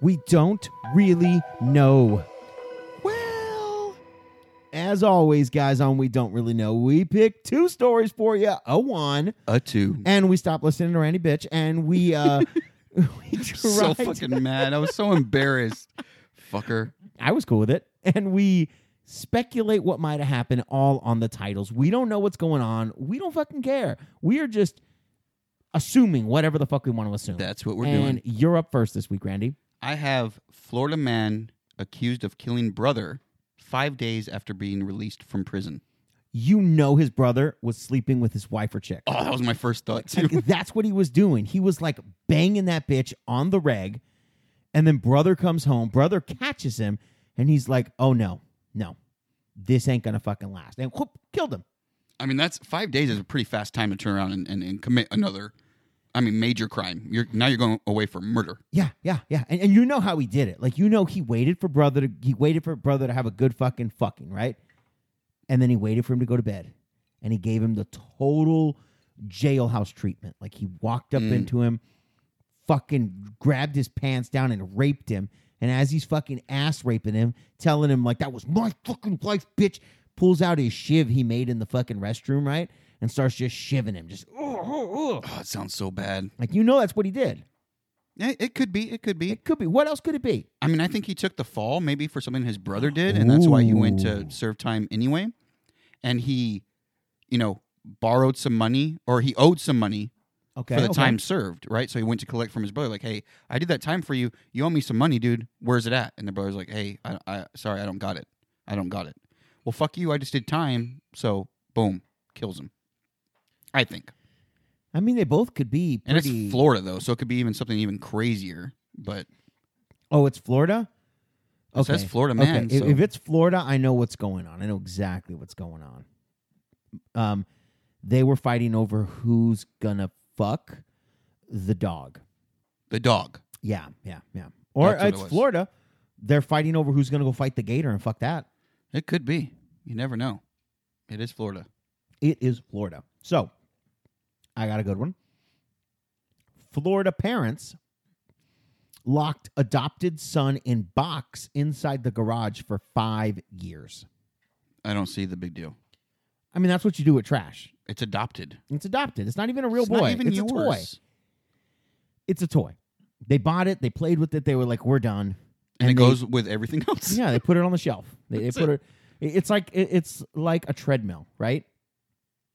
B: We don't really know.
A: Well,
B: As always, guys, on We Don't Really Know, we pick two stories for you, a one,
A: a Uh, two.
B: and we stop listening to Randy Bitch, and we, uh, we tried.
A: So fucking mad. I was so embarrassed. Fucker.
B: I was cool with it. And we speculate what might have happened all on the titles. We don't know what's going on. We don't fucking care. We are just assuming whatever the fuck we want to assume.
A: That's what we're
B: and
A: doing.
B: you're up first this week, Randy.
A: I have Florida man accused of killing brother five days after being released from prison.
B: You know his brother was sleeping with his wife or chick.
A: Oh, that was my first thought too.
B: Like, that's what he was doing. He was like banging that bitch on the reg. And then brother comes home. Brother catches him and he's like, oh no, no, this ain't gonna fucking last. And whoop, killed him.
A: I mean, that's five days is a pretty fast time to turn around and, and, and commit another. I mean, major crime. You're now you're going away for murder.
B: Yeah, yeah, yeah. And, and you know how he did it. Like you know he waited for brother to he waited for brother to have a good fucking fucking, right? And then he waited for him to go to bed. And he gave him the total jailhouse treatment. Like he walked up
A: Mm.
B: into him, fucking grabbed his pants down and raped him. And as he's fucking ass raping him, telling him like that was my fucking wife, bitch, pulls out his shiv he made in the fucking restroom, right? And starts just shivving him. Just
A: Oh, it sounds so bad.
B: like you know that's what he did.
A: Yeah, it could be. It could be.
B: It could be. What else could it be?
A: I mean, I think he took the fall maybe for something his brother did, and that's why he went to
B: Ooh.
A: serve time anyway. And he, you know, borrowed some money or he owed some money
B: Okay.
A: for the
B: okay.
A: time served, right? So he went to collect from his brother, like, "Hey, I did that time for you. You owe me some money, dude. Where's it at?" And the brother's like, "Hey, I, I sorry, I don't got it. I don't got it. Well, fuck you. I just did time. So boom, kills him. I think.
B: I mean, they both could be
A: And
B: pretty.
A: it's Florida though, so it could be even something even crazier. But
B: oh, it's Florida.
A: It says Florida man,
B: Okay. If-
A: so-
B: If, it's Florida, I know what's going on. I know exactly what's going on. Um, they were fighting over who's gonna fuck the dog.
A: the dog.
B: Yeah, yeah, yeah. Or
A: That's what it
B: it's
A: was.
B: Florida. They're fighting over who's gonna go fight the gator and fuck that.
A: It could be. You never know. It is Florida.
B: It is Florida. So I got a good one. Florida parents locked adopted son in box inside the garage for five years.
A: I don't see the big deal.
B: I mean, that's what you do with trash.
A: It's adopted.
B: It's adopted. It's not even a real
A: it's
B: boy.
A: Not even
B: it's
A: yours.
B: a toy. It's a toy. They bought it. They played with it. They were like, "We're done."
A: And, it
B: they-
A: goes with everything else.
B: Yeah, they put it on the shelf. They, they
A: That's
B: put it. It's like it- it's like a treadmill, right?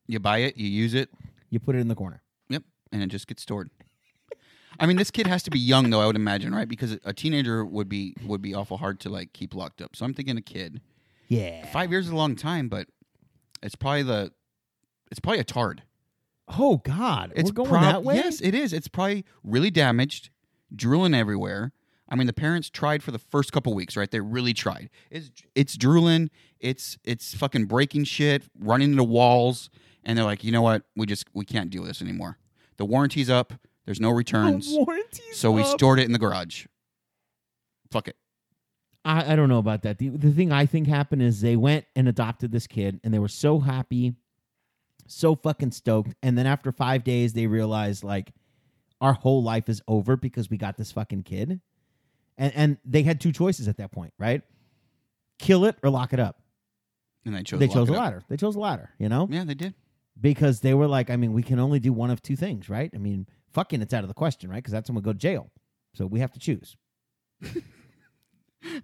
A: You buy it, you use it,
B: You put it in the corner.
A: Yep, and it just gets stored. I mean, this kid has to be young, though. I would imagine, right? Because a teenager would be would be awful hard to like keep locked up. So I'm thinking a kid.
B: Yeah.
A: Five years is a long time, but it's probably the it's probably a tard.
B: Oh God,
A: It's
B: we're going
A: prob-
B: that way.
A: Yes, it is. It's probably really damaged, drooling everywhere. I mean, the parents tried for the first couple weeks, right? They really tried. It's it's drooling. It's it's fucking breaking shit, running into walls, and they're like, you know what? We just we can't deal with this anymore. The warranty's up. There's no returns,
B: warranties.
A: so we
B: up.
A: stored it in the garage. Fuck it.
B: I, I don't know about that. The, the thing I think happened is they went and adopted this kid, and they were so happy, so fucking stoked. And then after five days, they realized like our whole life is over because we got this fucking kid. And and they had two choices at that point, right? Kill it or lock it up.
A: And they chose.
B: they
A: to
B: chose the
A: lock it up.
B: latter. They chose the latter. You know,
A: Yeah, they did.
B: because they were like, I mean, we can only do one of two things, right? I mean, fucking, it's out of the question, right? Because that's when we go to jail. So we have to choose.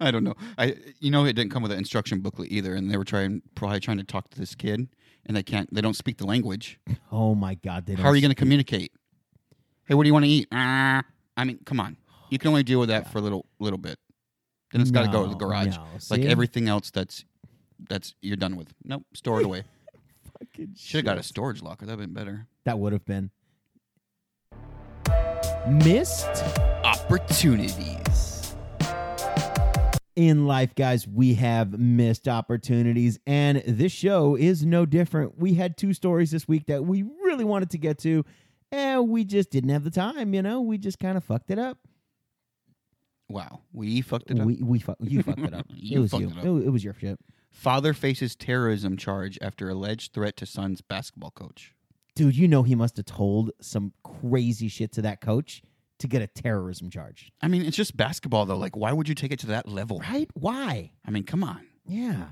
A: I don't know. I you know it didn't come with an instruction booklet either, and they were trying probably trying to talk to this kid, and they can't. They don't speak the language.
B: Oh my god, they don't
A: How are you going to communicate? Hey, what do you want to eat? Ah, I mean, come on. You can only deal with that for a little little bit. Then it's got to go to the
B: No,
A: garage.
B: no.
A: Like
B: See?
A: everything else, that's that's you're done with. Nope, store it away.
B: Fucking
A: Should have got a
B: shit.
A: storage locker. That'd been better.
B: That would have been missed
A: Opportunities.
B: in life, guys. We have missed opportunities, and this show is no different. We had two stories this week that we really wanted to get to, and we just didn't have the time. You know, we just kind of fucked it up.
A: Wow, we fucked it up.
B: We we fu- you fucked it up.
A: You
B: it was
A: fucked
B: you.
A: it up.
B: It, wa- it was your shit,
A: Father faces terrorism charge after alleged threat to son's basketball coach.
B: dude. You know he must have told some crazy shit to that coach to get a terrorism charge,
A: I mean, it's just basketball though. Like, why would you take it to that level?
B: right? Why?
A: I mean, come on.
B: Yeah.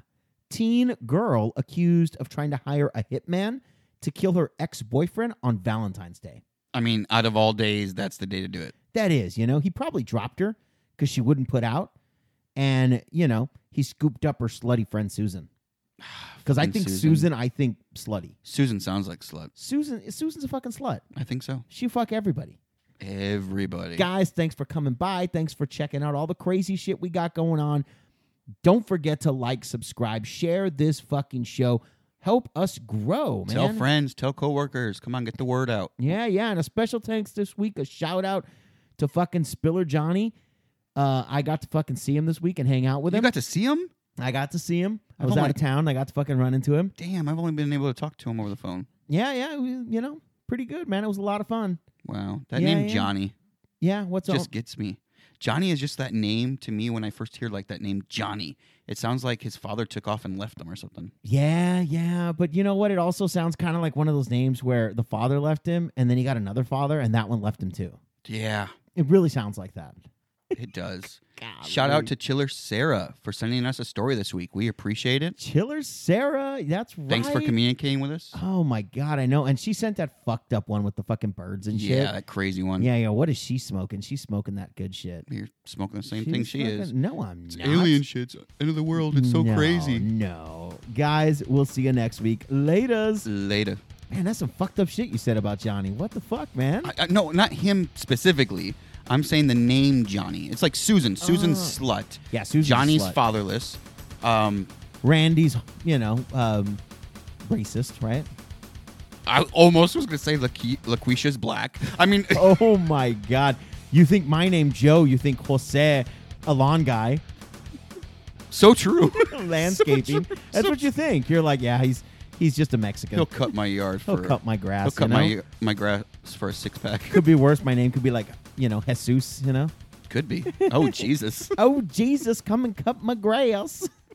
B: Teen girl accused of trying to hire a hitman to kill her ex boyfriend on Valentine's Day.
A: I mean, out of all days, that's the day to do it.
B: That is, you know, he probably dropped her because she wouldn't put out. And, you know, he scooped up her slutty friend Susan. Because I
A: Fucking
B: think Susan. I think slutty.
A: Susan sounds like slut.
B: Susan Susan's a fucking slut.
A: I think so.
B: She fuck everybody.
A: Everybody.
B: Guys, thanks for coming by. Thanks for checking out all the crazy shit we got going on. Don't forget to like, subscribe, share this fucking show. Help us grow, man.
A: tell friends, tell coworkers. Come on, get the word out.
B: Yeah, yeah. And a special thanks this week, a shout out to fucking Spiller Johnny. Uh, I got to fucking see him this week and hang out with
A: You
B: him.
A: got Oh to see him?
B: I got to see him. I
A: I've
B: was out
A: only-
B: of town. I got to fucking run into him.
A: Damn, I've only been able to talk to him over the phone.
B: Yeah, yeah. we- You know, pretty good, man. It was a lot of fun.
A: Wow. That
B: Yeah,
A: name
B: yeah.
A: Johnny
B: Yeah. What's
A: just
B: up?
A: gets me. Johnny is just that name to me when I first hear like that name Johnny. It sounds like his father took off and left him or something.
B: Yeah, yeah. But you know what? It also sounds kind of like one of those names where the father left him, and then he got another father, and that one left him too.
A: Yeah,
B: It really sounds like that.
A: it does. Shout out to Chiller Sarah for sending us a story this week. We appreciate it.
B: Chiller Sarah. That's right.
A: Thanks for communicating with us.
B: Oh my god, I know. And she sent that fucked up one with the fucking birds and shit.
A: Yeah, that crazy one.
B: Yeah, yeah. What is she smoking? She's smoking that good shit.
A: You're smoking the same
B: She's
A: thing she is.
B: smoking- No, I'm
A: It's
B: not.
A: alien shit. It's end of the world. It's so
B: No,
A: crazy.
B: No, guys, we'll see you next week. Later's.
A: Later.
B: Man, that's some fucked up shit you said about Johnny. What the fuck, man?
A: I, I, no, not him specifically. I'm saying the name Johnny. It's like Susan. Susan's
B: Oh.
A: slut.
B: Yeah, Susan's a
A: Johnny's
B: slut.
A: fatherless. Um,
B: Randy's, you know, um, racist, right?
A: I almost was gonna say Laqui- Laquisha's black. I mean,
B: oh my god, you think my name Joe? You think Jose Alon guy?
A: so true.
B: landscaping?
A: So true,
B: that's
A: so
B: what you think. You're like, yeah, he's he's just a Mexican.
A: He'll cut my yard. For,
B: He'll cut my grass.
A: He'll cut
B: you know?
A: my my grass for a six pack.
B: could be worse. My name could be like, you know, Jesus, you know?
A: Could be. Oh Jesus.
B: Oh, Jesus, come and cut my grass.